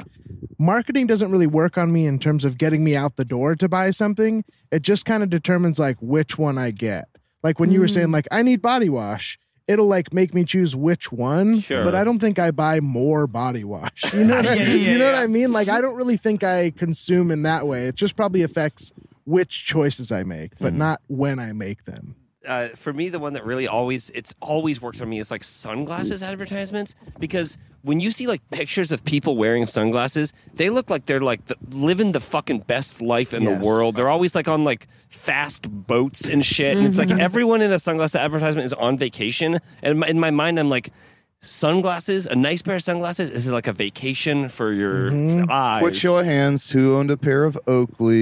Speaker 3: marketing doesn't really work on me in terms of getting me out the door to buy something. It just kind of determines like which one I get. Like when you were saying like I need body wash. It'll like make me choose which one,
Speaker 11: Sure.
Speaker 3: but I don't think I buy more body wash. You know what I
Speaker 4: Yeah, yeah,
Speaker 3: you know
Speaker 4: yeah,
Speaker 3: what
Speaker 4: yeah.
Speaker 3: I mean? Like I don't really think I consume in that way. It just probably affects which choices I make, but not when I make them.
Speaker 4: uh, for me, the one that really always it's always worked on me is like sunglasses advertisements because when you see like pictures of people wearing sunglasses, they look like they're like the, living the fucking best life in
Speaker 3: Yes.
Speaker 4: the world. They're always like on like fast boats and shit. And it's like everyone in a sunglasses advertisement is on vacation. And in my, in my mind, I'm like. Sunglasses, a nice pair of sunglasses. This is like a vacation for your eyes.
Speaker 5: Quick show of hands. Who owned a pair of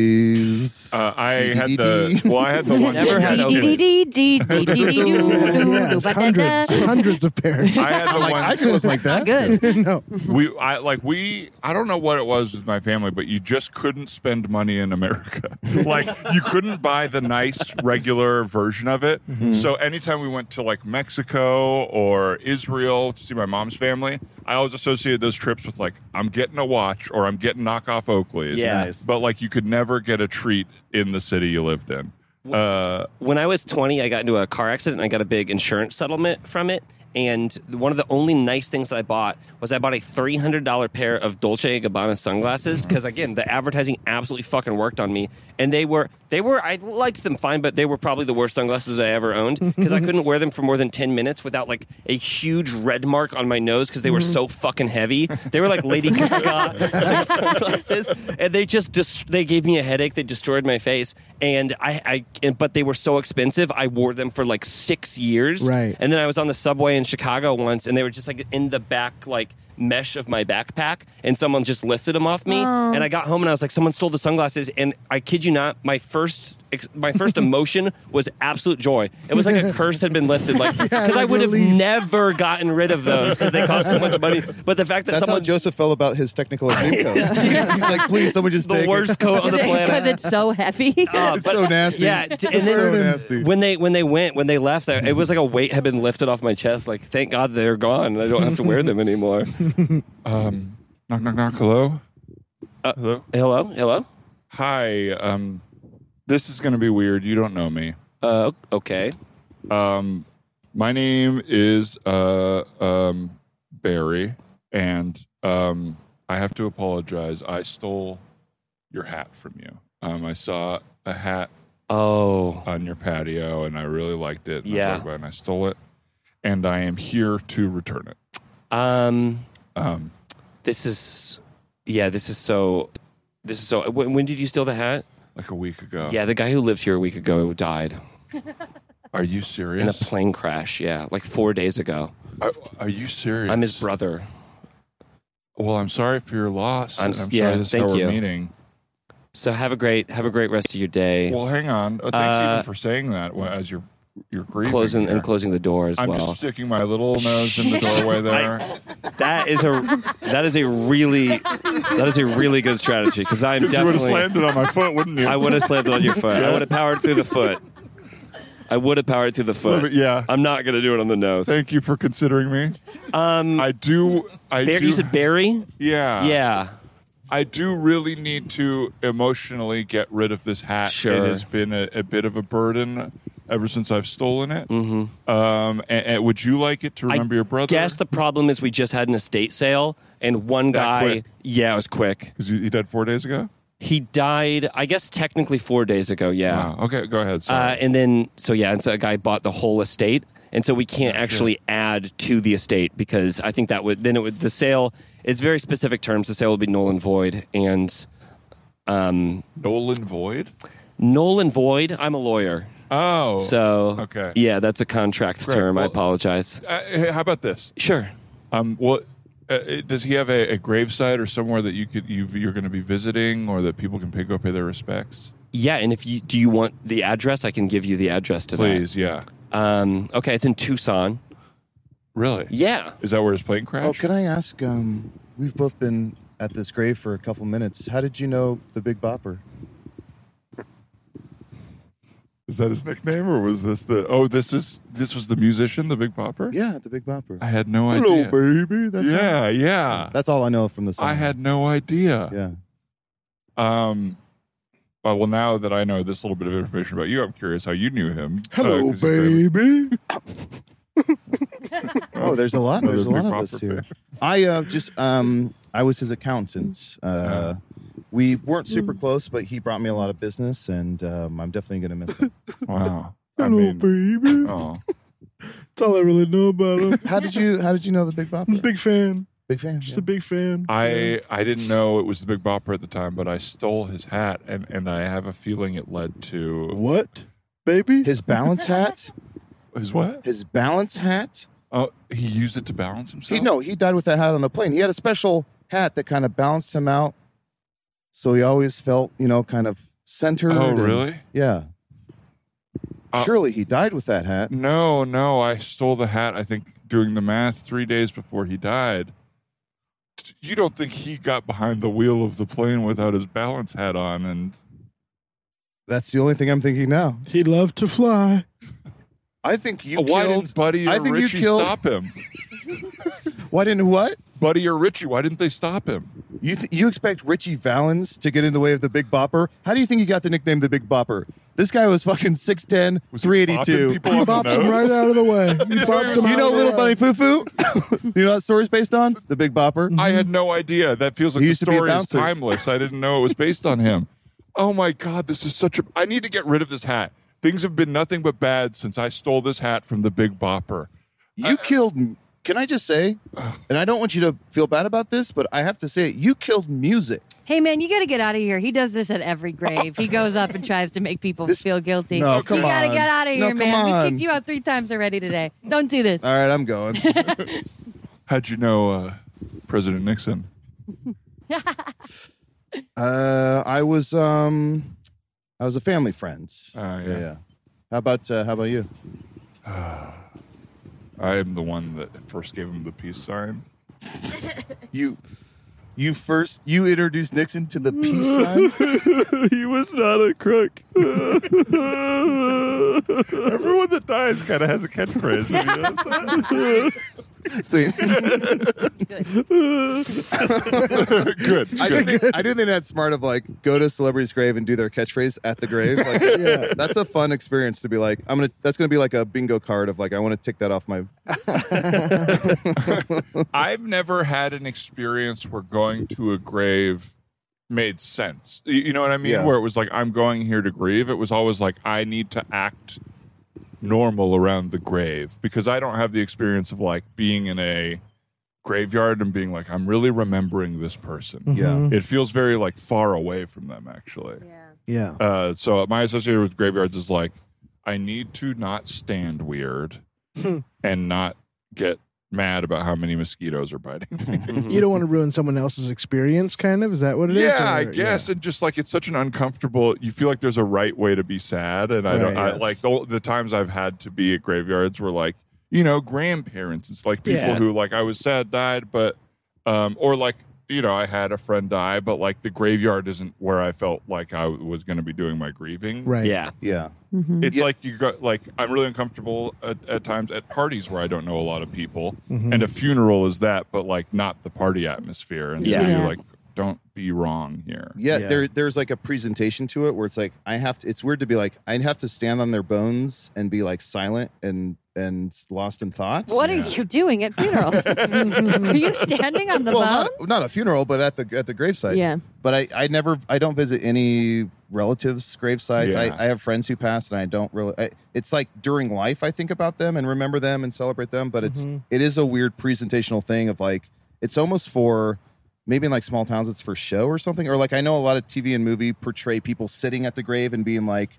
Speaker 5: Oakleys?
Speaker 2: Uh, I had the well, I had the one.
Speaker 4: Never had
Speaker 3: Yes, hundreds, hundreds of pairs.
Speaker 2: I had the
Speaker 5: I'm like,
Speaker 2: one.
Speaker 5: I could look like that.
Speaker 6: Good.
Speaker 3: no,
Speaker 2: we I like we I don't know what it was with my family, but you just couldn't spend money in America. like you couldn't buy the nice regular version of it. So anytime we went to like Mexico or Israel to see my mom's family, I always associated those trips with like I'm getting a watch or I'm getting knockoff Oakleys.
Speaker 4: Yeah.
Speaker 2: But like you could never get a treat in the city you lived in. Uh,
Speaker 4: when I was 20, I got into a car accident and I got a big insurance settlement from it. And one of the only nice things that I bought was I bought a $300 pair of Dolce & Gabbana sunglasses because again, the advertising absolutely fucking worked on me. And they were they were I liked them fine, but they were probably the worst sunglasses I ever owned because I couldn't wear them for more than 10 minutes without like a huge red mark on my nose because they were so fucking heavy. They were like Lady Gaga sunglasses, and they just dis- they gave me a headache. They destroyed my face, and I, I and, but they were so expensive. I wore them for like six years,
Speaker 3: Right.
Speaker 4: And then I was on the subway in Chicago once, and they were just like in the back, like mesh of my backpack, and someone just lifted them off me. And I got home, and I was like, someone stole the sunglasses, and I kid you not, my first. ex- My first emotion was absolute joy. It was like a curse had been lifted, like because I
Speaker 3: like
Speaker 4: would have
Speaker 3: relief.
Speaker 4: never gotten rid of those because they cost so much money. But the fact that
Speaker 5: That's
Speaker 4: someone
Speaker 5: how Joseph felt about his technical abuse code. He's like, please, someone just
Speaker 4: the
Speaker 5: take
Speaker 4: worst
Speaker 5: it.
Speaker 4: coat on the planet.
Speaker 6: Because it's so heavy.
Speaker 4: Uh,
Speaker 5: It's
Speaker 4: but-
Speaker 5: so nasty.
Speaker 4: Yeah, d- and
Speaker 5: It's so
Speaker 4: then
Speaker 5: nasty.
Speaker 4: when they when they went when they left, I- it was like a weight had been lifted off my chest. Like thank God they're gone. and I don't have to wear them anymore.
Speaker 2: um, knock knock knock. Hello.
Speaker 4: Uh,
Speaker 2: hello.
Speaker 4: Hello, hello.
Speaker 2: Hi. Um, this is going to be weird. You don't know me.
Speaker 4: Uh, okay.
Speaker 2: Um, my name is uh, um, Barry, and um, I have to apologize. I stole your hat from you. Um, I saw a hat
Speaker 4: Oh,
Speaker 2: on your patio, and I really liked it. And I,
Speaker 4: Yeah.
Speaker 2: talked about it, and I stole it, and I am here to return it.
Speaker 4: um,
Speaker 2: Um,
Speaker 4: this is yeah, this is so. This is so. When, when did you steal the hat?
Speaker 2: like a week ago.
Speaker 4: Yeah, the guy who lived here a week ago died
Speaker 2: Are you
Speaker 4: in a
Speaker 2: serious?
Speaker 4: plane crash. Yeah, like four days ago.
Speaker 2: are, are you serious?
Speaker 4: I'm his brother.
Speaker 2: Well, I'm sorry for your loss.
Speaker 4: I'm
Speaker 2: and
Speaker 4: s-
Speaker 2: I'm
Speaker 4: yeah,
Speaker 2: sorry this is
Speaker 4: thank
Speaker 2: how
Speaker 4: you.
Speaker 2: we're meeting.
Speaker 4: So have a great have a great rest of your day.
Speaker 2: Well, hang on. Oh, thanks
Speaker 4: Uh,
Speaker 2: even for saying that wh- as you're you're grieving.
Speaker 4: closing
Speaker 2: here.
Speaker 4: and closing the door as
Speaker 2: I'm
Speaker 4: well.
Speaker 2: just sticking my little nose in the doorway there.
Speaker 4: That is a that is a really that is a really good strategy because I'm definitely
Speaker 2: it on my foot, wouldn't you?
Speaker 4: I would have slammed it on your foot. I would have powered through the foot. I would have powered through the foot.
Speaker 2: bit, yeah.
Speaker 4: I'm not gonna do it on the nose.
Speaker 2: Thank you for considering me. Um, I do. I
Speaker 4: Bar-
Speaker 2: do.
Speaker 4: you said Barry.
Speaker 2: yeah.
Speaker 4: yeah.
Speaker 2: I do really need to emotionally get rid of this hat.
Speaker 4: Sure.
Speaker 2: It has been a, a bit of a burden ever since I've stolen it. Mm-hmm. Um, and, and would you like it to remember
Speaker 4: I
Speaker 2: your brother?
Speaker 4: guess the problem is we just had an estate sale and one guy.
Speaker 2: quick?
Speaker 4: Yeah, it was quick.
Speaker 2: because he he died four days ago.
Speaker 4: He died. I guess technically four days ago. Yeah.
Speaker 2: Wow. Oh, Okay, go ahead. Sorry.
Speaker 4: Uh, and then, so yeah, and so a guy bought the whole estate, and so we can't actually add to the estate because I think that would then it would the sale. It's very specific terms. The sale would be null and void, and um,
Speaker 2: Nolan Void.
Speaker 4: null and void. I'm a lawyer,
Speaker 2: Oh.
Speaker 4: so
Speaker 2: okay.
Speaker 4: yeah, that's a contract
Speaker 2: Great.
Speaker 4: term. I
Speaker 2: Well-
Speaker 4: apologize.
Speaker 2: Uh, hey, how about this?
Speaker 4: Sure.
Speaker 2: Um, well, uh, it- does he have a, a gravesite or somewhere that you could you you're going to be visiting, or that people can pay, go pay their respects?
Speaker 4: Yeah, and if you do, you want the address? I can give you the address to
Speaker 2: Please, yeah.
Speaker 4: that. Um, okay, it's in Tucson.
Speaker 2: Really?
Speaker 4: Yeah.
Speaker 2: Is that where his plane crashed?
Speaker 5: Oh, can I ask? Um, we've both been at this grave for a couple minutes. How did you know the Big Bopper?
Speaker 2: Is that his nickname, or was this the? Oh, this is this was the musician, the Big Popper.
Speaker 5: Yeah, the Big Bopper.
Speaker 2: I had no idea.
Speaker 5: baby. That's
Speaker 2: yeah, yeah.
Speaker 5: All, that's all I know from the song.
Speaker 2: I had no idea.
Speaker 5: Yeah.
Speaker 2: Um, uh, well, now that I know this little bit of information about you, I'm curious how you knew him. Uh,
Speaker 3: Hello,
Speaker 2: 'cause you're very-
Speaker 3: baby.
Speaker 5: Oh, there's a lot. There's a
Speaker 2: Another
Speaker 5: lot
Speaker 2: Big
Speaker 5: of us
Speaker 2: Bopper
Speaker 5: here. I uh, just um, I was his accountant. Uh, we weren't super close, but he brought me a lot of business, and um, I'm definitely gonna miss him.
Speaker 2: Wow. I
Speaker 3: Hello,
Speaker 2: mean,
Speaker 3: baby.
Speaker 2: oh,
Speaker 3: That's all I really know about him.
Speaker 5: How did you How did you know the Big Bopper?
Speaker 3: I'm a big fan.
Speaker 5: Big fan.
Speaker 3: Just
Speaker 5: yeah.
Speaker 3: a big fan.
Speaker 2: I I didn't know it was the Big Bopper at the time, but I stole his hat, and and I have a feeling it led to
Speaker 3: what, baby?
Speaker 5: His balance hat.
Speaker 2: his what?
Speaker 5: His balance hat.
Speaker 2: Oh, he used it to balance himself.
Speaker 5: He no, he died with that hat on the plane. He had a special hat that kind of balanced him out, so he always felt you know kind of centered.
Speaker 2: Oh,
Speaker 5: and-
Speaker 2: really?
Speaker 5: Yeah.
Speaker 2: Uh,
Speaker 5: Surely he died with that hat.
Speaker 2: No, no, I stole the hat. I think doing the math, three days before he died. You don't think he got behind the wheel of the plane without his balance hat on? And
Speaker 5: That's the only thing I'm thinking now.
Speaker 3: He loved to fly.
Speaker 5: I think you
Speaker 2: why
Speaker 5: killed.
Speaker 2: didn't Buddy or
Speaker 5: I think you
Speaker 2: Richie
Speaker 5: killed-
Speaker 2: stop him?
Speaker 5: Why didn't what?
Speaker 2: Buddy or Richie, why didn't they stop him?
Speaker 5: You th- you expect Richie Valens to get in the way of the Big Bopper? How do you think he got the nickname the Big Bopper? This guy was fucking 6'10",
Speaker 2: Was he bopping
Speaker 5: 382.
Speaker 2: people
Speaker 3: He
Speaker 2: on the
Speaker 3: bops him
Speaker 2: nose?
Speaker 3: right out of the way. He bops him
Speaker 5: You
Speaker 3: out
Speaker 5: know
Speaker 3: of the
Speaker 5: Little
Speaker 3: way.
Speaker 5: Bunny Foo Foo? you know that story's based on? The Big Bopper?
Speaker 2: I had no idea. That feels like
Speaker 5: Mm-hmm. He
Speaker 2: the
Speaker 5: used to be a
Speaker 2: story is
Speaker 5: bouncer.
Speaker 2: timeless. I didn't know it was based on him. Oh my god, this is such a. I need to get rid of this hat. Things have been nothing but bad since I stole this hat from the Big Bopper.
Speaker 5: You killed. m- Can I just say? And I don't want you to feel bad about this, but I have to say it. You killed music.
Speaker 6: Hey, man, you got to get out of here. He does this at every grave. He goes up and tries to make people
Speaker 5: This-
Speaker 6: feel guilty.
Speaker 5: No, come
Speaker 6: you got to
Speaker 5: on.
Speaker 6: get out of
Speaker 5: No,
Speaker 6: here,
Speaker 5: come
Speaker 6: man.
Speaker 5: on. Uh,
Speaker 6: We kicked you out three times already today. Don't do this.
Speaker 5: All right, I'm going.
Speaker 2: How'd you know uh, President Nixon?
Speaker 5: uh, I was um, I was a family friend.
Speaker 2: Oh, yeah.
Speaker 5: How about uh, how about you?
Speaker 2: I am the one that first gave him the peace sign.
Speaker 5: You you first you introduced Nixon to the peace sign.
Speaker 9: he was not a crook.
Speaker 2: Everyone that dies kind of has a catchphrase. you know, so-
Speaker 5: See,
Speaker 2: Good.
Speaker 5: I do
Speaker 2: good.
Speaker 5: think, I do think that's smart of like go to celebrity's grave and do their catchphrase at the grave. Like, that's, that's a fun experience to be like. I'm gonna. That's gonna be like a bingo card of like I want to tick that off my.
Speaker 2: I've never had an experience where going to a grave made sense. You, you know what I mean?
Speaker 5: Yeah.
Speaker 2: Where it was like, I'm going here to grieve. It was always like, I need to act normal around the grave because I don't have the experience of like being in a graveyard and being like, I'm really remembering this person.
Speaker 3: Mm-hmm.
Speaker 5: Yeah.
Speaker 2: It feels very like far away from them, actually.
Speaker 3: Yeah.
Speaker 2: Uh, so my association with graveyards is like, I need to not stand weird and not get mad about how many mosquitoes are biting me.
Speaker 4: Mm-hmm.
Speaker 3: You don't want to ruin someone else's experience, kind of. Is that what it is?
Speaker 2: yeah, I
Speaker 3: Or-
Speaker 2: guess. And just like it's such an uncomfortable, you feel like there's a right way to be sad. And I don't,
Speaker 5: Right,
Speaker 2: I,
Speaker 5: yes.
Speaker 2: like the, the times I've had to be at graveyards were like, you know, grandparents. It's like people
Speaker 10: Yeah.
Speaker 2: who like I was sad died, but, um, or like, you know, I had a friend die, but like the graveyard isn't where I felt like I was going to be doing my grieving.
Speaker 3: Right.
Speaker 10: Yeah.
Speaker 5: Yeah.
Speaker 6: Mhm.
Speaker 2: It's
Speaker 5: Yeah.
Speaker 2: like you got like I'm really uncomfortable at, at times at parties where I don't know a lot of people,
Speaker 3: Mhm.
Speaker 2: and a funeral is that, but like not the party atmosphere, and so
Speaker 10: Yeah.
Speaker 2: you're
Speaker 6: Yeah.
Speaker 2: like, don't be wrong here.
Speaker 5: yeah,
Speaker 3: Yeah.
Speaker 5: There, there's like a presentation to it where it's like I have to. It's weird to be like I have to stand on their bones and be like silent and and lost in thought.
Speaker 6: What are you doing at funerals? are you standing on the
Speaker 5: well,
Speaker 6: bone?
Speaker 5: not, not a funeral, but at the at the gravesite.
Speaker 6: Yeah.
Speaker 5: But I, I never I don't visit any relatives' gravesites.
Speaker 2: Yeah.
Speaker 5: I, I have friends who passed, and I don't really. I, it's like during life, I think about them and remember them and celebrate them. But it's
Speaker 6: Mm-hmm.
Speaker 5: it is a weird presentational thing of like it's almost for maybe in like small towns it's for show or something. Or like I know a lot of TV and movie portray people sitting at the grave and being like.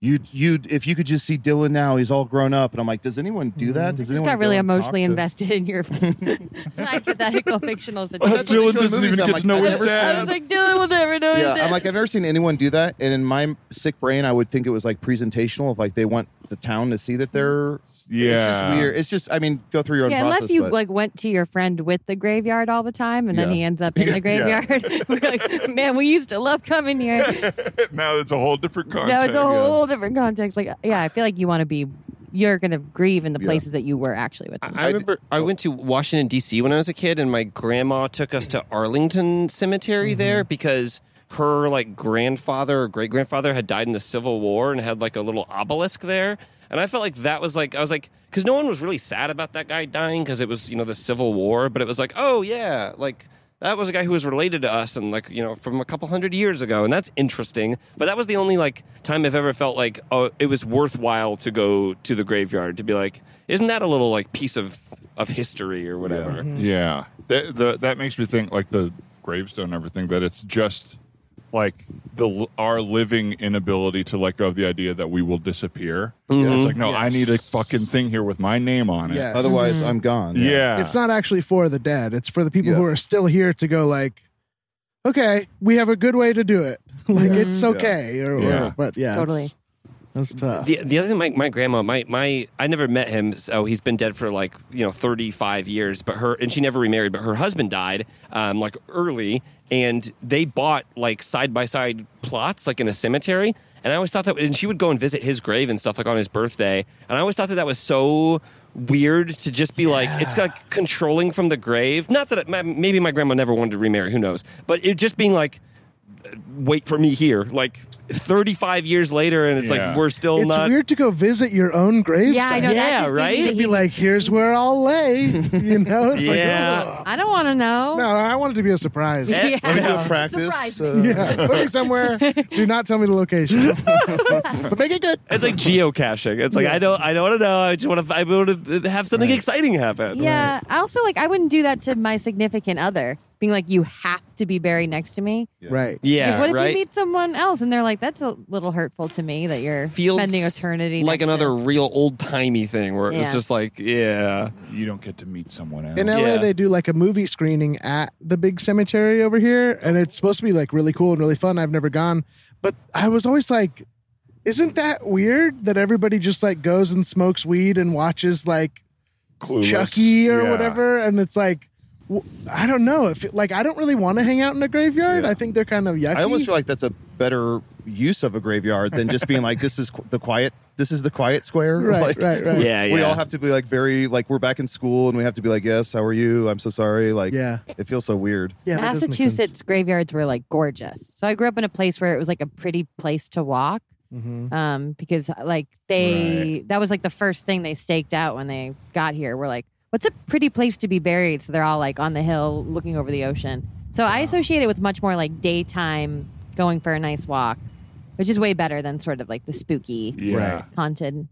Speaker 5: You, you, if you could just see Dylan now, he's all grown up, and I'm like, does anyone do that? Does
Speaker 6: Just
Speaker 5: anyone
Speaker 6: Mm-hmm. got really
Speaker 5: go and talk
Speaker 6: emotionally
Speaker 5: to-
Speaker 6: invested in your hypothetical fictional
Speaker 2: Uh,
Speaker 6: situation.
Speaker 5: that's what they
Speaker 2: Dylan
Speaker 5: show in
Speaker 2: doesn't
Speaker 5: movies.
Speaker 2: even
Speaker 5: I'm
Speaker 2: get
Speaker 5: like,
Speaker 2: to know
Speaker 5: I've
Speaker 2: his
Speaker 5: never seen
Speaker 6: I
Speaker 2: dad.
Speaker 6: was like, Dylan will never know his
Speaker 5: yeah,
Speaker 6: dad.
Speaker 5: I'm like, I've never seen anyone do that. And in my sick brain, I would think it was like presentational of like they want the town to see that they're.
Speaker 2: Yeah.
Speaker 5: It's just weird. It's just, I mean, go through your own
Speaker 6: Yeah,
Speaker 5: process.
Speaker 6: unless you
Speaker 5: but-
Speaker 6: like went to your friend with the graveyard all the time, and then
Speaker 5: Yeah.
Speaker 6: he ends up in the graveyard. We're like, man, we used to love coming here.
Speaker 2: now it's a whole different context.
Speaker 6: now it's a whole different context. Like, yeah, I feel like you want to be, you're gonna grieve in the
Speaker 5: Yeah.
Speaker 6: places that you were actually with. Them.
Speaker 4: I, I remember I went to Washington D.C. when I was a kid, and my grandma took us to Arlington Cemetery there because her like grandfather or great grandfather had died in the Civil War and had like a little obelisk there, and I felt like that was like I was like because no one was really sad about that guy dying because it was you know the Civil War, but it was like oh yeah like. That was a guy who was related to us and like, you know, from a couple hundred years ago. And that's interesting. But that was the only like time I've ever felt like, oh, it was worthwhile to go to the graveyard to be like, isn't that a little like piece of of history or whatever?
Speaker 2: Yeah, that the, that makes me think like the gravestone and everything that it's just like the our living inability to let go of the idea that we will disappear. It's like no, I need a fucking thing here with my name on it.
Speaker 3: Yes.
Speaker 5: Otherwise, I'm gone.
Speaker 2: Yeah,
Speaker 3: It's not actually for the dead. It's for the people who
Speaker 5: Yeah.
Speaker 3: are still here to go like, okay, we have a good way to do it. like it's okay, or, or-
Speaker 2: Yeah.
Speaker 3: but yeah,
Speaker 6: Totally.
Speaker 3: it's- that's tough.
Speaker 4: The, the other thing, my, my grandma, my, my, I never met him. So he's been dead for like, you know, 35 years, but her, and she never remarried, but her husband died um, like early and they bought like side by side plots like in a cemetery. And I always thought that, and she would go and visit his grave and stuff like on his birthday. And I always thought that that was so weird to just be like, it's like controlling from the grave. Not that it, ma- maybe my grandma never wanted to remarry, who knows, but it just being like, wait for me here like 35 years later and it's
Speaker 2: Yeah.
Speaker 4: like we're still
Speaker 3: it's
Speaker 4: not
Speaker 3: weird to go visit your own grave.
Speaker 6: Yeah, I know.
Speaker 4: Yeah,
Speaker 6: that just made me
Speaker 4: right?
Speaker 3: To
Speaker 4: It'd
Speaker 3: be
Speaker 6: hate-
Speaker 3: like, here's where I'll lay. You know? It's
Speaker 4: Yeah.
Speaker 3: like, oh.
Speaker 6: I don't want to know.
Speaker 3: No, I want it to be a surprise.
Speaker 4: Eh.
Speaker 6: Yeah.
Speaker 5: Let me do a practice.
Speaker 6: Surprise
Speaker 5: Uh,
Speaker 3: Yeah, put me somewhere. Do not tell me the location. but make it good.
Speaker 4: it's like geocaching it's like i don't i don't want to know i just want to i want to have something exciting happen
Speaker 6: Yeah. I also like I wouldn't do that to my significant other, being like, you have to be buried next to me.
Speaker 3: Right.
Speaker 4: yeah
Speaker 6: Like, what if
Speaker 4: right
Speaker 6: you meet someone else and they're like, that's a little hurtful to me that you're
Speaker 4: Feels
Speaker 6: spending eternity
Speaker 4: like
Speaker 6: next
Speaker 4: another
Speaker 6: To.
Speaker 4: real old-timey thing where it's
Speaker 6: Yeah.
Speaker 4: just like yeah
Speaker 2: you don't get to meet someone else.
Speaker 3: In LA,
Speaker 4: Yeah.
Speaker 3: they do like a movie screening at the big cemetery over here, and it's supposed to be like really cool and really fun. I've never gone, but I was always like, isn't that weird that everybody just like goes and smokes weed and watches like
Speaker 2: Clueless.
Speaker 3: Chucky or
Speaker 2: Yeah.
Speaker 3: whatever? And it's like, w- I don't know if like I don't really want to hang out in a graveyard.
Speaker 5: Yeah.
Speaker 3: I think they're kind of yucky.
Speaker 5: I almost feel like that's a better use of a graveyard than just being like, this is qu- the quiet, this is the quiet square.
Speaker 3: Right,
Speaker 5: like,
Speaker 3: right, right.
Speaker 4: yeah
Speaker 5: We
Speaker 4: yeah.
Speaker 5: all have to be like very like we're back in school and we have to be like yes how are you I'm so sorry like
Speaker 3: Yeah.
Speaker 5: it feels so weird
Speaker 3: yeah, that does make sense.
Speaker 6: Massachusetts graveyards were like gorgeous. So I grew up in a place where it was like a pretty place to walk.
Speaker 3: Mhm.
Speaker 6: Um, because like they that was like the first thing they staked out when they got here. We're like, what's a pretty place to be buried? So they're all like on the hill looking over the ocean. So I associate it with much more like daytime going for a nice walk, which is way better than sort of like the spooky
Speaker 2: Yeah.
Speaker 3: Right.
Speaker 6: haunted.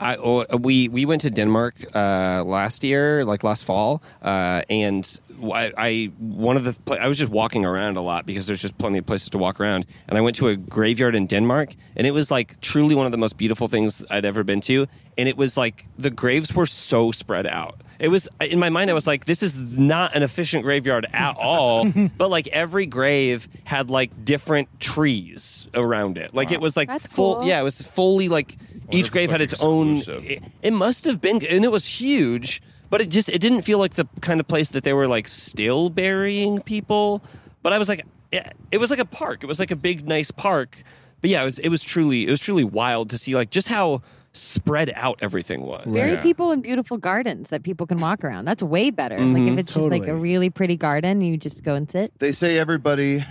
Speaker 4: I oh, we we went to Denmark uh, last year, like last fall, uh, and I, I one of the pla- I was just walking around a lot because there's just plenty of places to walk around, and I went to a graveyard in Denmark, and it was like truly one of the most beautiful things I'd ever been to, and it was like the graves were so spread out. It was in my mind. I was like, "This is not an efficient graveyard at all." but like every grave had like different trees around it. Like it was like
Speaker 6: That's
Speaker 4: full.
Speaker 6: cool.
Speaker 4: Yeah, it was fully like
Speaker 2: if
Speaker 4: each
Speaker 2: it's,
Speaker 4: grave had
Speaker 2: like,
Speaker 4: its own
Speaker 2: exclusive.
Speaker 4: it, it must have been and it was huge but it just it didn't feel like the kind of place that they were like still burying people but i was like it, it was like a park it was like a big nice park but yeah it was it was truly it was truly wild to see like just how spread out everything was
Speaker 6: Bury people in beautiful gardens that people can walk around. That's way better. Like if it's just like a
Speaker 3: Mm-hmm. Totally.
Speaker 6: really pretty garden, you just go and sit.
Speaker 5: they say everybody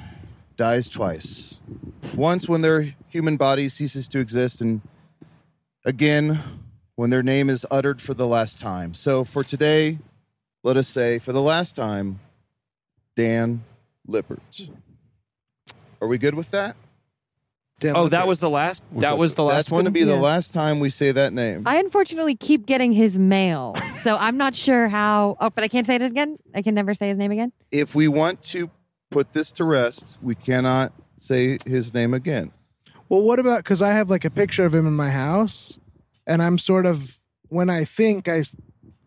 Speaker 5: dies twice once when their human body ceases to exist and again when their name is uttered for the last time so for today let us say for the last time Dan Lippert are we good with that
Speaker 3: Damn,
Speaker 4: oh
Speaker 3: that's
Speaker 4: that
Speaker 3: right.
Speaker 4: was the last that was the
Speaker 5: that's
Speaker 4: last
Speaker 5: going
Speaker 4: one
Speaker 5: to be the
Speaker 6: Yeah.
Speaker 5: last time we say that name
Speaker 6: I unfortunately keep getting his mail, so I'm not sure how. Oh, but I can't say it again. I can never say his name again.
Speaker 5: if we want to put this to rest, we cannot say his name again.
Speaker 3: Well, what about because I have like a picture of him in my house, and I'm sort of when I think I,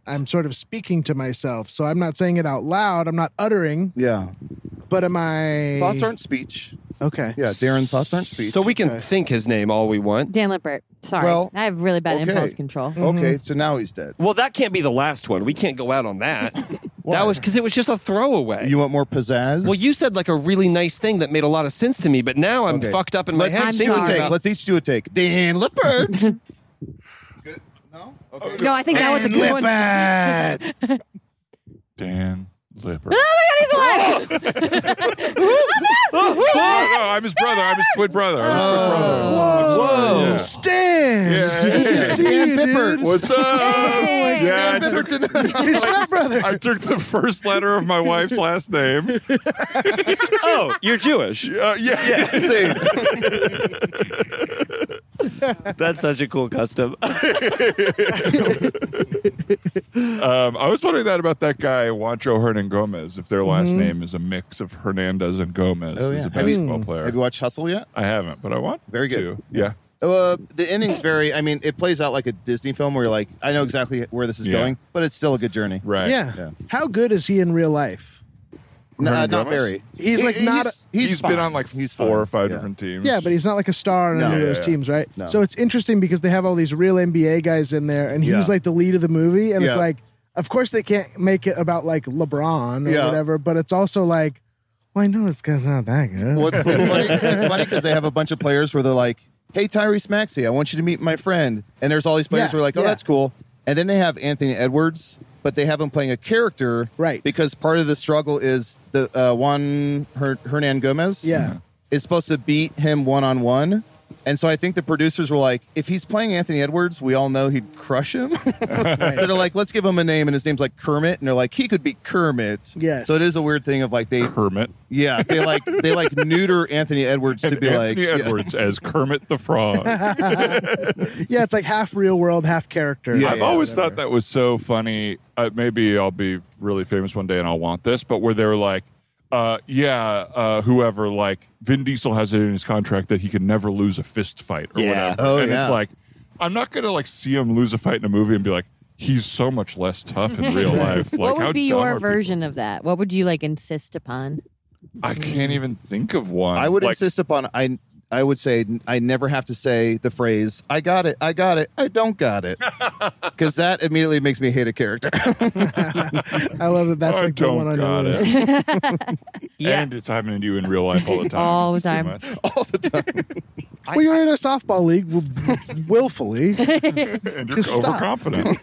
Speaker 3: I'm sort of speaking to myself, so I'm not saying it out loud. I'm not uttering,
Speaker 5: Yeah.
Speaker 3: but am I
Speaker 5: Thoughts aren't speech.
Speaker 3: Okay.
Speaker 5: Yeah, Darren, thoughts aren't speech.
Speaker 12: So we can
Speaker 3: Okay.
Speaker 12: think his name all we want.
Speaker 6: Dan Lippert. Sorry.
Speaker 5: Well,
Speaker 6: I have really bad
Speaker 5: okay. Oh.
Speaker 6: impulse control.
Speaker 5: okay, so now he's dead.
Speaker 12: Well, that can't be the last one. We can't go out on that. that was because it was just a throwaway.
Speaker 5: You want more pizzazz?
Speaker 12: well, you said like a really nice thing that made a lot of sense to me, but now I'm
Speaker 5: Okay.
Speaker 12: fucked up in my
Speaker 5: Let's
Speaker 12: head.
Speaker 6: I'm
Speaker 5: each do a
Speaker 6: sorry.
Speaker 5: take. Let's each do a take. Dan Lippert. Good. Oh, No. Okay.
Speaker 6: No, I think that was a good one. Oh
Speaker 5: Lippert.
Speaker 2: Dan Lipper.
Speaker 6: my God, he's alive!
Speaker 2: Oh, no, I'm his brother. I'm his twin brother. I'm his twin
Speaker 5: Uh,
Speaker 2: brother.
Speaker 5: Oh.
Speaker 3: Whoa.
Speaker 2: Yeah.
Speaker 3: Stan.
Speaker 2: Yeah.
Speaker 3: See
Speaker 5: Stan
Speaker 3: you,
Speaker 5: Pippert.
Speaker 3: dude.
Speaker 2: What's up?
Speaker 6: Hey.
Speaker 2: Yeah, I took,
Speaker 5: Lippert's in the-
Speaker 3: His stepbrother.
Speaker 2: I took the first letter of my wife's last name. Uh,
Speaker 4: Oh, you're Jewish.
Speaker 2: yeah, yeah.
Speaker 5: Same.
Speaker 4: That's such a cool custom.
Speaker 2: Um, I was wondering that about that guy Juancho Hernan Gomez. If their last name is a mix of Hernandez and Gomez,
Speaker 5: Mm-hmm. Oh,
Speaker 2: who's
Speaker 5: yeah.
Speaker 2: a
Speaker 5: Have you-
Speaker 2: basketball player.
Speaker 5: Have you watched Hustle yet?
Speaker 2: I haven't, but I want.
Speaker 5: Very good.
Speaker 2: to. Yeah.
Speaker 5: Uh, the ending's very. I mean, it plays out like a Disney film where you're like, I know exactly where this is
Speaker 2: Yeah.
Speaker 5: going, but it's still a good journey.
Speaker 2: Right.
Speaker 3: Yeah.
Speaker 5: Yeah.
Speaker 3: How good is he in real life?
Speaker 5: No,
Speaker 2: Hernan
Speaker 5: not
Speaker 2: Gomez?
Speaker 5: very.
Speaker 3: He's, like, not-
Speaker 2: he's been
Speaker 5: fine.
Speaker 2: on like four
Speaker 5: He's
Speaker 2: or
Speaker 5: fine.
Speaker 2: five
Speaker 5: Yeah.
Speaker 2: different teams.
Speaker 3: Yeah, but he's not like a star on
Speaker 5: No.
Speaker 3: any of
Speaker 2: Yeah,
Speaker 3: those
Speaker 2: yeah.
Speaker 3: teams, right?
Speaker 5: No.
Speaker 3: So it's interesting because they have all these real NBA guys in there, and he's
Speaker 5: Yeah.
Speaker 3: like the lead of the movie, and
Speaker 5: Yeah.
Speaker 3: it's like, of course they can't make it about like LeBron or
Speaker 5: Yeah.
Speaker 3: whatever, but it's also like, well, I know this guy's not that good.
Speaker 5: Well, it's, it's funny. It's funny because they have a bunch of players where they're like, "Hey, Tyrese Maxey, I want you to meet my friend," and there's all these players
Speaker 3: Yeah,
Speaker 5: who are like, "Oh,
Speaker 3: yeah.
Speaker 5: that's cool," and then they have Anthony Edwards, but they have him playing a character,
Speaker 3: Right.
Speaker 5: Because part of the struggle is the uh, Juan Her- Hernan Gomez,
Speaker 3: Yeah.
Speaker 5: is supposed to beat him one on one. And so I think the producers were like, if he's playing Anthony Edwards, we all know he'd crush him. so they're like, let's give him a name, and his name's like Kermit, and they're like, he could be Kermit.
Speaker 3: Yes.
Speaker 5: So it is a weird thing of like they
Speaker 2: Kermit.
Speaker 5: yeah, they like they like neuter Anthony Edwards to
Speaker 2: And
Speaker 5: be
Speaker 2: Anthony
Speaker 5: like yeah.
Speaker 2: Edwards as Kermit the Frog.
Speaker 3: yeah, it's like half real world, half character.
Speaker 5: Yeah,
Speaker 2: I've
Speaker 5: yeah,
Speaker 2: always thought that was so funny. Uh, maybe I'll be really famous one day and I'll want this, but where they were like, uh, yeah, uh, whoever, like, Vin Diesel has it in his contract that he can never lose a fist fight or
Speaker 4: Yeah.
Speaker 2: whatever.
Speaker 5: Oh,
Speaker 2: and
Speaker 5: yeah.
Speaker 2: it's like, I'm not going to, like, see him lose a fight in a movie and be like, he's so much less tough in real life. Like,
Speaker 6: what
Speaker 2: how
Speaker 6: would be
Speaker 2: dumb are
Speaker 6: your
Speaker 2: people?
Speaker 6: version of that? What would you like insist upon?
Speaker 2: I can't even think of one.
Speaker 5: I would
Speaker 2: Like,
Speaker 5: insist upon I I would say I never have to say the phrase I got it, I got it, I don't got it. Cuz that immediately makes me hate a character.
Speaker 3: I love that. That's
Speaker 2: I
Speaker 3: like the
Speaker 2: don't
Speaker 3: one on your
Speaker 2: got
Speaker 3: list.
Speaker 2: it.
Speaker 4: Yeah.
Speaker 2: And it's happening to you in real life all the time.
Speaker 6: All the
Speaker 2: It's too
Speaker 6: time.
Speaker 2: much.
Speaker 5: All the time.
Speaker 3: Well, you're in a softball league w- willfully.
Speaker 2: And you're
Speaker 3: Just stop.
Speaker 2: overconfident.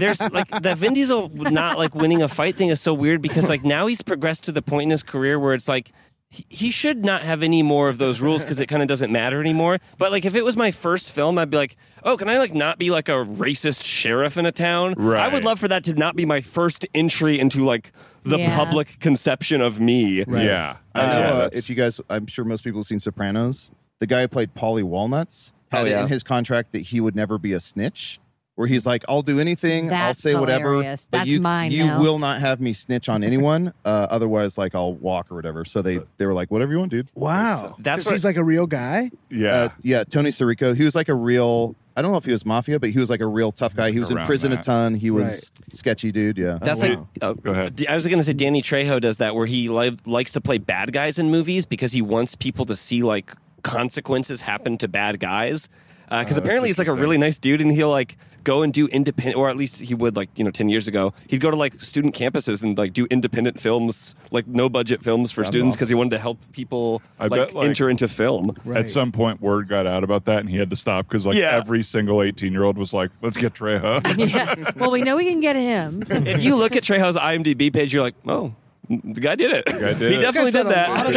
Speaker 4: There's like the Vin Diesel not like winning a fight thing is so weird because like now he's progressed to the point in his career where it's like he- he should not have any more of those rules because it kind of doesn't matter anymore. But like if it was my first film, I'd be like, oh, can I like not be like a racist sheriff in a town? I
Speaker 2: Right.
Speaker 4: would love for that to not be my first entry into like the
Speaker 6: Yeah.
Speaker 4: public conception of me.
Speaker 2: Yeah.
Speaker 5: I
Speaker 2: Ah,
Speaker 5: know
Speaker 2: Yeah,
Speaker 5: uh,
Speaker 2: that's-
Speaker 5: if you guys I'm sure most people have seen Sopranos. The guy who played Polly Walnuts had
Speaker 4: Oh,
Speaker 5: it
Speaker 4: yeah.
Speaker 5: in his contract that he would never be a snitch. Where he's like, I'll do anything, I'll
Speaker 6: That's
Speaker 5: say whatever,
Speaker 6: hilarious.
Speaker 5: but
Speaker 6: That's
Speaker 5: you,
Speaker 6: mine
Speaker 5: you
Speaker 6: now.
Speaker 5: will not have me snitch on anyone. uh, otherwise, like I'll walk or whatever. So they they were like, whatever you want, dude.
Speaker 3: Wow.
Speaker 4: That's
Speaker 3: 'Cause
Speaker 4: what-
Speaker 3: he's like a real guy.
Speaker 2: yeah.
Speaker 5: Uh, yeah, Tony Sirico. He was like a real. I don't know if he was mafia, but he was like a real tough guy. He was in
Speaker 2: Around
Speaker 5: prison a
Speaker 2: that.
Speaker 5: ton. He was sketchy dude. Yeah.
Speaker 4: That's
Speaker 3: Oh,
Speaker 4: like,
Speaker 3: wow.
Speaker 4: uh,
Speaker 2: Go ahead.
Speaker 4: I was going to say Danny Trejo does that where he li- likes to play bad guys in movies because he wants people to see like consequences happen to bad guys.
Speaker 2: Oh,
Speaker 4: Because apparently he's like a really nice dude and he'll like go and do independent, or at least he would like, you know, 10 years ago, he'd go to like student campuses and like do independent films, like no budget films for students because he wanted to help people
Speaker 2: I
Speaker 4: like,
Speaker 2: bet, like-
Speaker 4: enter into film.
Speaker 2: At some point, word got out about that, and he had to stop because like
Speaker 4: Yeah.
Speaker 2: every single eighteen-year-old was like, "Let's get Trejo."
Speaker 6: Yeah. Well, we know we can get him.
Speaker 4: if you look at Trejo's IMDb page, you're like, oh, the guy did it.
Speaker 2: guy did
Speaker 4: he
Speaker 2: it.
Speaker 4: definitely
Speaker 3: Guy's
Speaker 4: did
Speaker 3: got a lot
Speaker 4: that.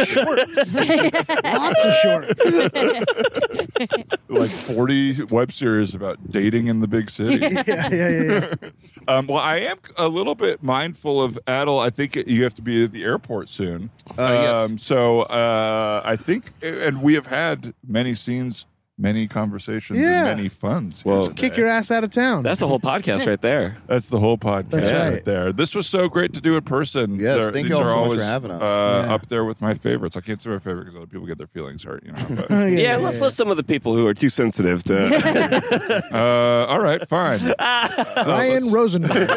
Speaker 3: of shorts. Lots of shorts.
Speaker 2: like forty web series about dating in the big city.
Speaker 3: Yeah, yeah, yeah. yeah.
Speaker 2: um, well, I am a little bit mindful of Adel. I think you have to be at the airport soon. Um,
Speaker 5: Uh, yes.
Speaker 2: so uh, I think, and we have had many scenes. many conversations and
Speaker 3: Yeah.
Speaker 2: many funds.
Speaker 4: Well,
Speaker 2: Here's-
Speaker 3: Kick your ass out of town.
Speaker 4: That's the whole podcast right there.
Speaker 2: that's the whole podcast
Speaker 3: That's
Speaker 2: right.
Speaker 3: right.
Speaker 2: there. This was so great to do in person.
Speaker 5: Yes,
Speaker 2: They're-
Speaker 5: thank
Speaker 2: these
Speaker 5: you all
Speaker 2: are
Speaker 5: so much for
Speaker 2: always,
Speaker 5: having us.
Speaker 2: Uh,
Speaker 3: Yeah.
Speaker 2: Up there with my favorites. I can't say my favorite because other people get their feelings hurt. You know. but-
Speaker 3: Oh,
Speaker 4: Yeah, let's list some of the people who are too sensitive to.
Speaker 2: uh, all right, fine. Oh,
Speaker 3: Ryan Rosenberg.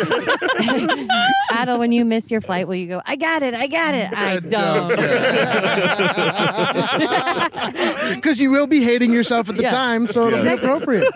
Speaker 6: Adel, when you miss your flight, will you go, I got it, I got it. I don't.
Speaker 3: Because you will be hating yourself at the
Speaker 6: Yeah.
Speaker 3: time, so it'll
Speaker 2: Yes.
Speaker 3: be appropriate.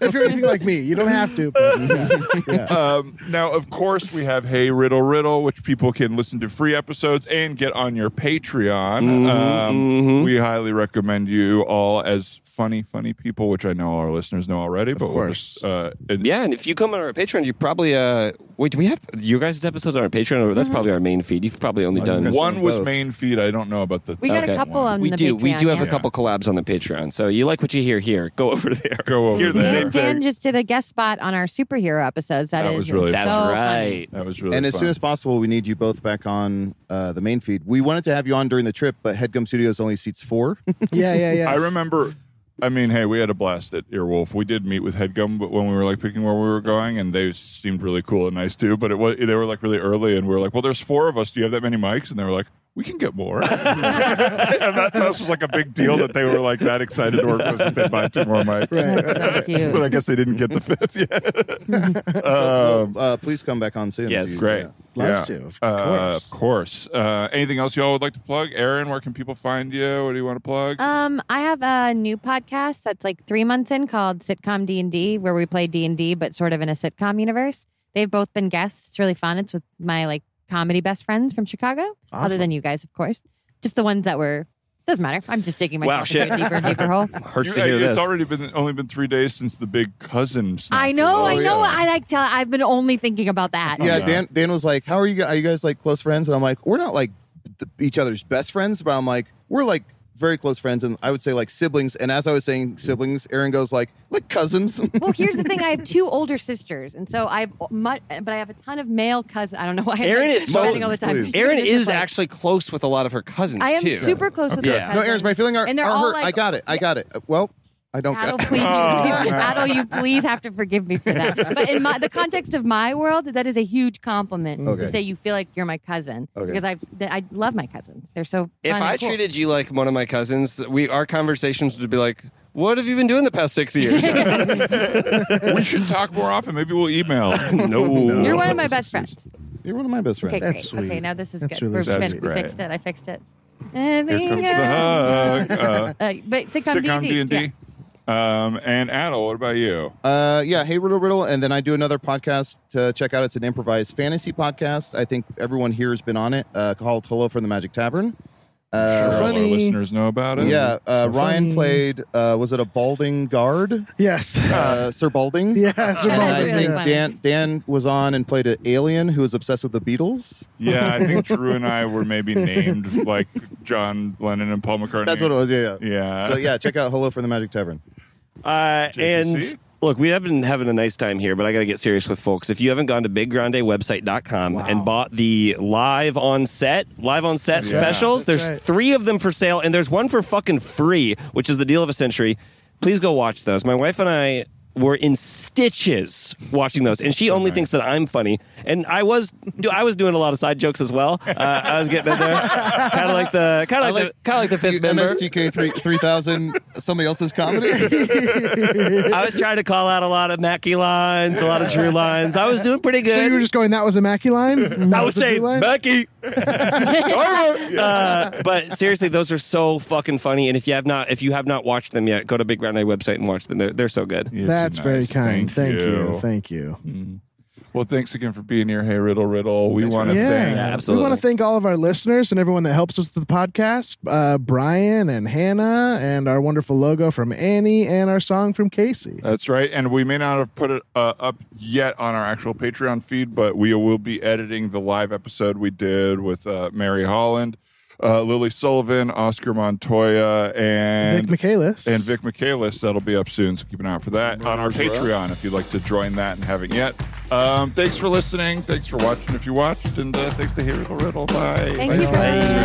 Speaker 3: if you're anything like me, you don't have to. But
Speaker 2: Um, now, of course, we have Hey Riddle Riddle, which people can listen to free episodes and get on your Patreon.
Speaker 5: Mm-hmm,
Speaker 2: um, We highly recommend you all as funny, funny people, which I know all our listeners know already. but we'll
Speaker 5: course.
Speaker 2: just, uh, and-
Speaker 4: yeah, and if you come on our Patreon, you probably uh wait. Do we have your guys' episodes on our Patreon? Or that's
Speaker 2: Mm-hmm.
Speaker 4: probably our main feed. You've probably
Speaker 2: Oh,
Speaker 4: only done
Speaker 5: guys-
Speaker 2: One was
Speaker 5: Both.
Speaker 2: main feed. I don't know about the.
Speaker 6: We got
Speaker 2: second
Speaker 6: a couple
Speaker 2: one.
Speaker 6: on
Speaker 4: we
Speaker 6: the
Speaker 4: do.
Speaker 6: Patreon.
Speaker 4: we do have
Speaker 6: yeah.
Speaker 4: a couple collabs on the Patreon. So you like what you hear here? Go over there.
Speaker 2: Go over
Speaker 4: Hear the
Speaker 2: there.
Speaker 4: same
Speaker 6: Dan,
Speaker 4: thing.
Speaker 6: Dan just did a guest spot on our superhero episodes.
Speaker 2: That
Speaker 6: is
Speaker 2: was really
Speaker 4: That's
Speaker 6: so funny.
Speaker 4: right.
Speaker 2: That was really.
Speaker 5: And as
Speaker 2: fun.
Speaker 5: soon as possible, we need you both back on uh, the main feed. We wanted to have you on during the trip, but Headgum Studios only seats four.
Speaker 3: yeah, yeah, yeah.
Speaker 2: I remember. I mean, hey, we had a blast at Earwolf. We did meet with Headgum, but when we were like picking where we were going, and they seemed really cool and nice too. But it was they were like really early, and we were like, "Well, there's four of us. Do you have that many mics?" And they were like, "We can get more." and that to us was like a big deal that they were like that excited to work with us if they buy two more mics.
Speaker 6: That's so cute.
Speaker 2: But I guess they didn't get the fifth yet. Um,
Speaker 5: So, uh, please come back on soon.
Speaker 4: Yes.
Speaker 5: if you-
Speaker 2: Great.
Speaker 5: yeah.
Speaker 3: Love
Speaker 2: Yeah.
Speaker 3: to, of
Speaker 2: Uh,
Speaker 3: course.
Speaker 2: of course. Uh, anything else y'all would like to plug? Aaron, where can people find you? What do you want to plug?
Speaker 6: Um, I have a new podcast that's like three months in called Sitcom D and D, where we play D and D, but sort of in a sitcom universe. They've both been guests. It's really fun. It's with my like comedy best friends from Chicago, other
Speaker 3: Awesome.
Speaker 6: than you guys, of course. Just the ones that were. Doesn't matter. I'm just digging
Speaker 4: Wow,
Speaker 6: myself
Speaker 4: shit.
Speaker 6: into a deeper and deeper hole.
Speaker 4: Hurts
Speaker 2: You-
Speaker 4: to hear
Speaker 2: it's
Speaker 4: this.
Speaker 2: already been only been three days since the big cousin. snafu.
Speaker 6: I know. I
Speaker 2: Oh,
Speaker 6: know.
Speaker 2: yeah.
Speaker 6: I like tell. I've been only thinking about that.
Speaker 5: Yeah,
Speaker 2: yeah.
Speaker 5: Dan. Dan was like, "How are you? gu- Are you guys like close friends?" And I'm like, "We're not like th- each other's best friends, but I'm like, we're like very close friends, and I would say like siblings." And as I was saying siblings, Aaron goes like, "Like cousins."
Speaker 6: Well, here's the thing. I have two older sisters, and so I've much, but I have a ton of male cousins. I don't know why. I'm,
Speaker 4: Aaron
Speaker 6: like,
Speaker 4: is so-
Speaker 6: sweating all the time.
Speaker 5: Please.
Speaker 4: Aaron
Speaker 6: It a
Speaker 4: is
Speaker 6: plug.
Speaker 4: actually close with a lot of her cousins
Speaker 6: I am
Speaker 4: too.
Speaker 6: super close with my
Speaker 4: Yeah.
Speaker 6: cousins.
Speaker 5: no, Aaron's my feeling are,
Speaker 6: And they're
Speaker 5: are
Speaker 6: all
Speaker 5: hurt.
Speaker 6: like-
Speaker 5: I got it. Oh. I got it. Uh, Well, I don't.
Speaker 6: Adel,
Speaker 5: Got
Speaker 6: please, you, Adel, you please have to forgive me for that. But in my, the context of my world, that is a huge compliment
Speaker 5: Okay.
Speaker 6: to say you feel like you're my cousin
Speaker 5: Okay.
Speaker 6: because I th- I love my cousins. They're so.
Speaker 4: If
Speaker 6: fun
Speaker 4: I
Speaker 6: and cool.
Speaker 4: treated you like one of my cousins, we our conversations would be like, "What have you been doing the past six years?"
Speaker 2: we should talk more often. Maybe we'll email.
Speaker 4: no,
Speaker 6: you're one of my best friends.
Speaker 5: You're one of my best friends.
Speaker 6: Okay,
Speaker 3: That's
Speaker 6: great. Okay,
Speaker 3: sweet.
Speaker 6: now this is
Speaker 3: That's
Speaker 6: good.
Speaker 3: really
Speaker 6: We're
Speaker 3: sweet.
Speaker 6: fin- we
Speaker 2: That's
Speaker 6: fixed it. I fixed it.
Speaker 2: Here comes the hug. Uh,
Speaker 6: Uh, but sitcom,
Speaker 2: sitcom D and
Speaker 6: yeah.
Speaker 2: D. Um, And Adel, what about you?
Speaker 5: Uh, yeah, Hey Riddle Riddle, and then I do another podcast to check out. It's an improvised fantasy podcast. I think everyone here has been on it. Uh, called Hello from the Magic Tavern.
Speaker 2: Sure,
Speaker 5: Uh,
Speaker 2: all our
Speaker 3: funny.
Speaker 2: listeners know about it.
Speaker 5: yeah, uh, Ryan
Speaker 3: funny.
Speaker 5: played. Uh, was it a balding guard?
Speaker 3: yes.
Speaker 5: Uh, Sir Balding.
Speaker 3: Ah. Yeah, Sir
Speaker 5: And I
Speaker 6: Balding,
Speaker 5: think
Speaker 6: yeah.
Speaker 5: Dan Dan was on and played an alien who was obsessed with the Beatles.
Speaker 2: yeah. I think Drew and I were maybe named like John Lennon and Paul McCartney.
Speaker 5: That's what it was. Yeah, yeah.
Speaker 2: Yeah.
Speaker 5: So yeah, check out Hello from the Magic Tavern.
Speaker 4: Uh,
Speaker 2: JPC?
Speaker 4: and look, we have been having a nice time here, but I got to get serious with folks. If you haven't gone to biggrandewebsite.com and bought the live on set, live on set
Speaker 2: Yeah.
Speaker 4: specials,
Speaker 3: That's
Speaker 4: there's
Speaker 3: right.
Speaker 4: three of them for sale, and there's one for fucking free, which is the deal of a century. Please go watch those. My wife and I were in stitches watching those, and she only thinks that I'm funny, and I was, do- I was doing a lot of side jokes as well. Uh, I was getting in there, kind of like the, kind of like, the, kind of like the fifth
Speaker 5: You-
Speaker 4: member.
Speaker 5: MSTK three three thousand. Somebody else's comedy.
Speaker 4: I was trying to call out a lot of Mackey lines, a lot of Drew lines. I was doing pretty good.
Speaker 3: So you were just going, that was a Mackey line? That
Speaker 4: I
Speaker 3: was
Speaker 4: was
Speaker 3: a
Speaker 4: saying
Speaker 3: Drew line?
Speaker 4: Mackey. Tarver. uh, but seriously, those are so fucking funny. And if you have not, if you have not watched them yet, go to Big Round Eye website and watch them. They're, they're so good.
Speaker 2: You'd be
Speaker 3: That's very
Speaker 2: nice.
Speaker 3: kind. Thank, you. Thank you.
Speaker 2: well, thanks again for being here. Hey, Riddle Riddle. We want to thank
Speaker 3: We
Speaker 4: absolutely.
Speaker 3: want to thank all of our listeners and everyone that helps us with the podcast. Uh, Brian and Hannah, and our wonderful logo from Annie, and our song from Casey.
Speaker 2: That's right. And we may not have put it uh, up yet on our actual Patreon feed, but we will be editing the live episode we did with uh, Mary Holland, uh, Lily Sullivan, Oscar Montoya, and
Speaker 3: Vic Michaelis.
Speaker 2: and Vic Michaelis. That'll be up soon. So keep an eye out for that on our Patreon if you'd like to join that and haven't yet. Um, thanks for listening. Thanks for watching if you watched. And uh, thanks to Here Riddle Riddle. Bye.
Speaker 6: Thank you. guys.